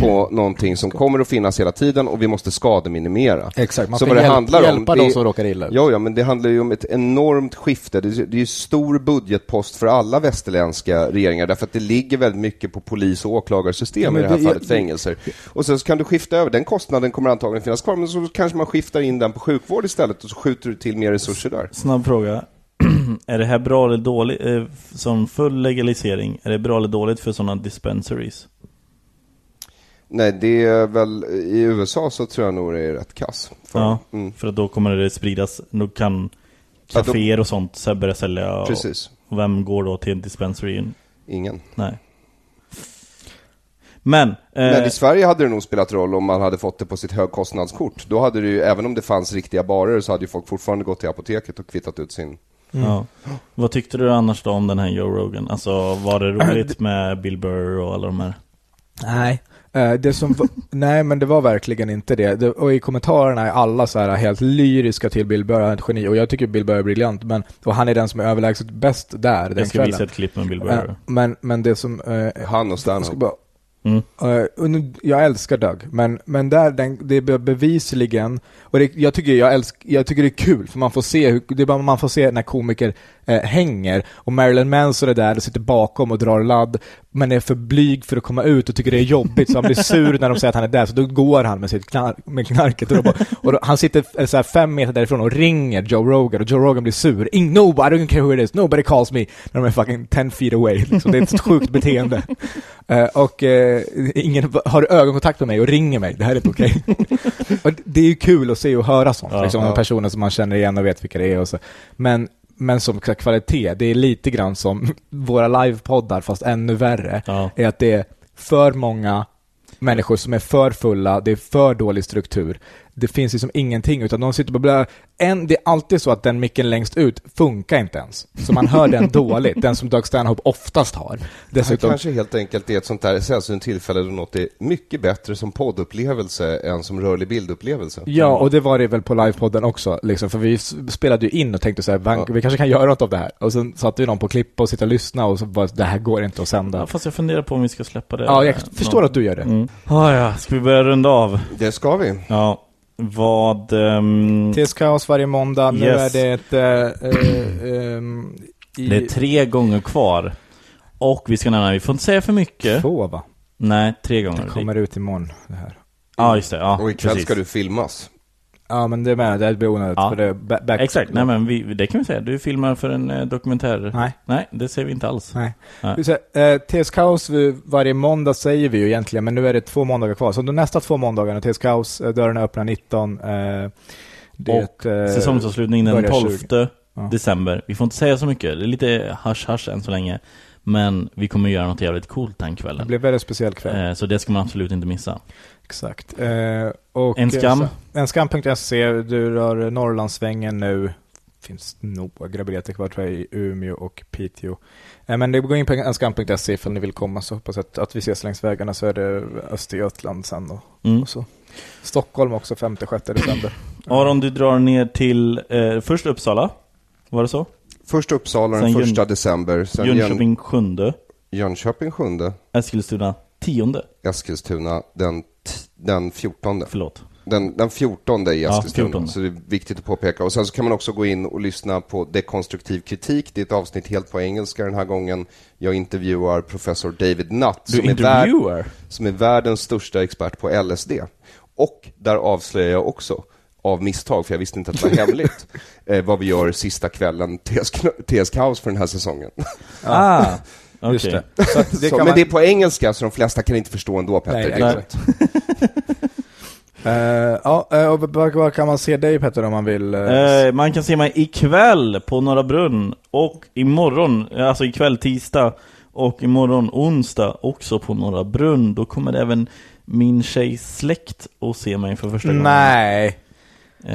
Speaker 2: på någonting som kommer att finnas hela tiden och vi måste skademinimera.
Speaker 4: Exakt, man
Speaker 2: Så
Speaker 4: ska
Speaker 2: vad det
Speaker 4: hjäl-
Speaker 2: handlar om,
Speaker 4: hjälpa
Speaker 2: det-
Speaker 4: de som råkar illa ut.
Speaker 2: Ja, ja, men det handlar ju om ett enormt skifte. Det, det är ju stor budgetpost för alla västerländska regeringar därför att det ligger väldigt mycket på polis och åklagarsystemet
Speaker 4: Ja,
Speaker 2: system
Speaker 4: men
Speaker 2: i det här
Speaker 4: det-
Speaker 2: fallet,
Speaker 4: jag-
Speaker 2: fängelser. Och sen så kan du skifta över, den kostnaden kommer antagligen finnas kvar, men så kanske man skiftar in den på sjukvård istället och så skjuter du till mer resurser där.
Speaker 1: Snabb fråga. är det här bra eller dåligt? Eh, f- som full legalisering, är det bra eller dåligt för sådana dispensaries?
Speaker 2: Nej, det är väl, i USA så tror jag nog det är rätt kass. För,
Speaker 1: ja,
Speaker 2: mm,
Speaker 1: för att då kommer det spridas, då kan
Speaker 2: Ja, då-
Speaker 1: kaféer och sånt så här börja sälja. och-
Speaker 2: Precis.
Speaker 1: Och vem går då till en dispensary?
Speaker 2: ingen.
Speaker 4: Eh.
Speaker 1: Nej. Men, eh,
Speaker 2: Men i Sverige hade det nog spelat roll om man hade fått det på sitt högkostnadskort. Då hade det ju, även om det fanns riktiga barer, så hade ju folk fortfarande gått till apoteket och kvittat ut sin...
Speaker 1: ja. vad tyckte du annars då om den här Joe Rogan? Alltså var det roligt med Bill Burr och alla de här?
Speaker 4: Nej. Eh, Det som va- nej, men det var verkligen inte det. det. Och i kommentarerna är alla så här helt lyriska till Bill Burr, han är ett geni. Och jag tycker Bill Burr är briljant, men, och han är den som är överlägset bäst där den
Speaker 1: Jag ska
Speaker 4: kvällen.
Speaker 1: visa ett klipp med Bill
Speaker 4: Eh,
Speaker 1: Burr.
Speaker 4: Men, men det som... eh,
Speaker 2: Han och
Speaker 4: jag, ska
Speaker 2: Stanhope.
Speaker 4: bara,
Speaker 1: Mm.
Speaker 4: Eh, och nu, jag älskar Doug, men, men där, den, det är be- bevisligen, och det, jag, tycker, jag, älsk, jag tycker det är kul, för man får se, hur, det är bara, man får se när komiker eh, hänger, och Marilyn Manson är där och sitter bakom och drar ladd, men är för blyg för att komma ut och tycker det är jobbigt, så han blir sur när de säger att han är där, så då går han med, sitt knark, med knarket. Och, då bara, och då, han sitter eh, så här fem meter därifrån och ringer Joe Rogan, och Joe Rogan blir sur. In, no, I don't care who it is, nobody calls me, när de är fucking ten feet away. Liksom. Det är ett sjukt beteende. Eh, och eh, ingen b- har ögonkontakt med mig och ringer mig. Det här är inte okej. Och det är ju kul att se och höra sånt.
Speaker 1: Ja,
Speaker 4: liksom,
Speaker 2: ja.
Speaker 4: Personer som man känner igen och vet vilka det är. Och så. Men, men som k- kvalitet, det är lite grann som våra livepoddar, fast ännu värre.
Speaker 1: Ja.
Speaker 4: Är att det är för många människor som är för fulla, det är för dålig struktur. Det finns liksom ingenting, utan de sitter och bara... En, det är alltid så att den micken längst ut funkar inte ens. Så man hör den dåligt, den som Doug Stanhope oftast har.
Speaker 2: Han
Speaker 4: Dessutom,
Speaker 2: kanske helt enkelt är ett sånt där sällsynt tillfälle då något är mycket bättre som poddupplevelse än som rörlig bildupplevelse.
Speaker 4: Ja, och det var det väl på livepodden också, liksom, för vi s- spelade ju in och tänkte så här, "Van-
Speaker 2: Ja.
Speaker 4: vi kanske kan göra något av det här. Och sen satte ju någon på klippa och sitta och lyssna och så bara, det här går inte att
Speaker 1: Ja,
Speaker 4: sända.
Speaker 1: fast jag funderar på om vi ska släppa det.
Speaker 4: Ja, jag
Speaker 1: eh,
Speaker 4: förstår
Speaker 1: någon-
Speaker 4: att du gör det.
Speaker 1: Mm. Ah, ja, ska vi börja runda av?
Speaker 2: Det ska vi.
Speaker 1: Ja, vad... ehm,
Speaker 4: TS Kaos varje måndag, nu
Speaker 1: Yes.
Speaker 4: är det ett... eh, eh, ehm, i-
Speaker 1: det är tre gånger kvar. Och vi ska nämna, vi får inte säga för mycket.
Speaker 4: Två va?
Speaker 1: Nej, tre gånger.
Speaker 4: Det kommer ut imorgon, det här.
Speaker 1: Ja, just det. Ja,
Speaker 2: Och ikväll
Speaker 1: precis.
Speaker 2: ska du filmas.
Speaker 4: Ja, men det är med, det här blir onödigt,
Speaker 1: Ja.
Speaker 4: för det är ba- back...
Speaker 1: Exakt, nej men vi, det kan vi säga. Du filmar för en eh, dokumentär.
Speaker 4: Nej.
Speaker 1: Nej, det säger vi inte alls.
Speaker 4: Nej.
Speaker 1: Nej.
Speaker 4: Så, eh, TS Kaos vi- varje måndag säger vi ju egentligen, men nu är det två måndagar kvar. Så de nästa två måndagarna, TS Kaos, eh, dörrarna öppnar 19. Eh,
Speaker 1: Och
Speaker 4: eh,
Speaker 1: Säsongsavslutning den
Speaker 4: börjar
Speaker 1: 12
Speaker 4: Ja.
Speaker 1: december. Vi får inte säga så mycket. Det är lite hush-hush än så länge. Men vi kommer göra något jävligt coolt den
Speaker 4: Det
Speaker 1: kvällen.
Speaker 4: blir väldigt speciell kväll.
Speaker 1: Eh, Så det ska man absolut inte missa.
Speaker 4: Exakt. Eh, och
Speaker 1: En skam.
Speaker 4: Enskam.se, E, du rör Norrlandssvängen nu. Finns några biljetter kvar tror jag i Umeå och Piteå. Eh, men det går in på enskam.se E ifall ni vill komma så hoppas jag att, att vi ses längs vägarna så är det Östergötland sen och,
Speaker 1: Mm.
Speaker 4: och så. Stockholm också 5-6 december.
Speaker 1: Aron, du drar ner till eh, först Uppsala. Var det så?
Speaker 2: Först Uppsala
Speaker 1: Sen
Speaker 2: den
Speaker 1: Jön-
Speaker 2: första december, sen Jön-
Speaker 1: Jönköping 7.
Speaker 2: Jönköping 7,
Speaker 1: Eskilstuna 10.
Speaker 2: Eskilstuna den, t- den 14.
Speaker 1: Förlåt.
Speaker 2: Den, den 14 i
Speaker 1: Ja,
Speaker 2: Eskilstuna,
Speaker 1: 14.
Speaker 2: så det är viktigt att påpeka. Och sen så kan man också gå in och lyssna på dekonstruktiv kritik. Det är ett avsnitt helt på engelska den här gången. Jag intervjuar professor David Nutt,
Speaker 1: Du
Speaker 2: är, värd,
Speaker 1: intervjuar?
Speaker 2: som är världens största expert på LSD. Och där avslöjar jag också, av misstag, för jag visste inte att det var hemligt, eh, vad vi gör sista kvällen TS, kn- TS Kaos för den här säsongen.
Speaker 1: Ah, okej.
Speaker 4: Just det. Så att det
Speaker 2: så,
Speaker 4: kan
Speaker 2: men
Speaker 4: man,
Speaker 2: det är på engelska, så de flesta kan inte förstå ändå, Petter.
Speaker 4: Nej,
Speaker 2: Det är
Speaker 4: nej.
Speaker 2: lugnt.
Speaker 4: Eh, ja, eh, och vad vad kan man se dig Petter om man vill? eh,
Speaker 1: Eh, man kan se mig eh, ikväll på Norra Brunn och imorgon, alltså ikväll tisdag Och imorgon onsdag också på Norra Brunn, då kommer även min tjejs släkt och se mig för första gången.
Speaker 4: Nej.
Speaker 1: Eh,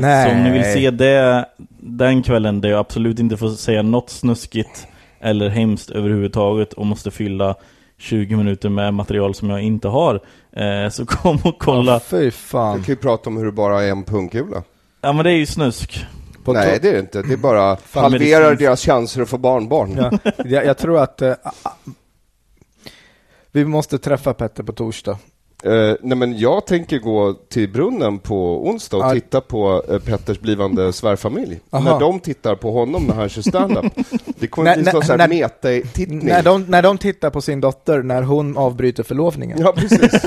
Speaker 4: Nej.
Speaker 1: Så om ni vill se det den kvällen där jag absolut inte får säga något snuskigt eller hemskt överhuvudtaget och måste fylla 20 minuter med material som jag inte har. Eh, så kom och kolla.
Speaker 4: Fy
Speaker 2: Du
Speaker 4: fan.
Speaker 2: kan ju prata om hur du bara är en pungkula.
Speaker 1: Ja men det är ju snusk.
Speaker 4: På
Speaker 2: Nej,
Speaker 4: to-
Speaker 2: det är det inte. Det är bara halverar
Speaker 1: medicinskt.
Speaker 2: deras chanser att få barnbarn.
Speaker 4: ja, jag, jag tror att... eh, ah, ah. vi måste träffa Petter på torsdag.
Speaker 2: Eh, nej, men jag tänker gå till brunnen på onsdag och
Speaker 4: Ja.
Speaker 2: titta på eh, Petters blivande svärfamilj.
Speaker 4: Aha.
Speaker 2: När de tittar på honom när han kör standup. Det kommer
Speaker 4: Nej,
Speaker 2: bli
Speaker 4: nej,
Speaker 2: sån sån här
Speaker 4: nej.
Speaker 2: meta-tittning.
Speaker 4: När de, när de tittar på sin dotter när hon avbryter förlovningen.
Speaker 2: Ja, precis.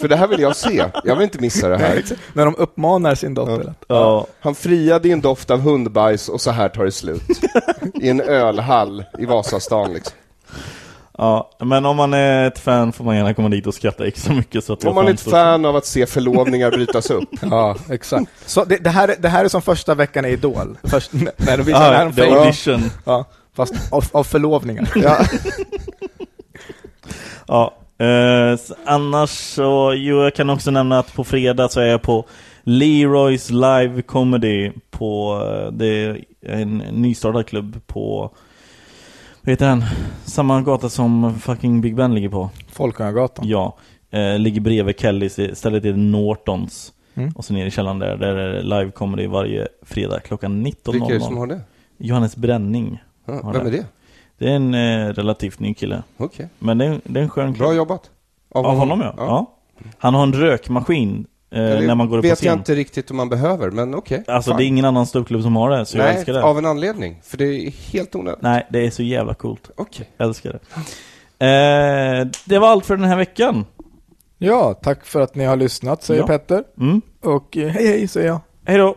Speaker 2: För det här vill jag se. Jag vill inte missa det här.
Speaker 4: När de uppmanar sin dotter. att-
Speaker 1: Ja.
Speaker 2: Han friade i en doft av hundbajs och så här tar det slut. I en ölhall i Vasastan liksom.
Speaker 1: ja. Men om man är ett fan får man gärna komma dit och skratta extra mycket så att
Speaker 2: Om man är ett
Speaker 1: skäms
Speaker 2: fan av att se förlovningar brytas upp.
Speaker 4: Ja, exakt. Så det, det, här, är- det här är som första veckan i Idol. Först, när de
Speaker 1: också.
Speaker 4: visar när
Speaker 1: Ja,
Speaker 4: de
Speaker 1: the
Speaker 4: fejkar.
Speaker 1: audition.
Speaker 4: Ja, fast av, av förlovningar.
Speaker 2: Ja.
Speaker 1: Ja, eh, s- annars så, jo jag kan också nämna att på fredag så är jag på Leroys Live Comedy på, eh, det är en nystartad klubb på, vad heter den? Samma gata som fucking Big Ben ligger på.
Speaker 4: Folkungagatan.
Speaker 1: Ja, eh, ligger bredvid Kellys, eh, stället heter Nortons.
Speaker 4: Mm.
Speaker 1: Och så nere i källaren där, där är det live comedy varje fredag klockan
Speaker 2: Vilka är det som
Speaker 1: 19.00.
Speaker 2: har det?
Speaker 1: Johannes Bränning.
Speaker 2: Ja,
Speaker 1: Har
Speaker 2: vem är
Speaker 1: det.
Speaker 2: det?
Speaker 1: Det är en eh, relativt ny kille.
Speaker 2: Okej.
Speaker 1: Men det är, det är en skön klubb.
Speaker 2: Bra jobbat.
Speaker 1: Av honom ja. ja. Han har en rökmaskin eh,
Speaker 2: Eller
Speaker 1: när man går upp på
Speaker 2: vet
Speaker 1: scen.
Speaker 2: jag inte riktigt om man behöver, men okej.
Speaker 1: Alltså
Speaker 2: Fan.
Speaker 1: det är ingen annan ståuppklubb som har det, så jag
Speaker 2: Nej,
Speaker 1: älskar det.
Speaker 2: av en anledning. För det är helt onödigt.
Speaker 1: Nej, det är så jävla coolt.
Speaker 2: Okej.
Speaker 1: Jag älskar det. Eh, det var allt för den här veckan.
Speaker 4: Ja, tack för att ni har lyssnat, säger
Speaker 1: Ja.
Speaker 4: Petter.
Speaker 1: Mm.
Speaker 4: Och eh, hej hej, säger jag.
Speaker 1: Hej då!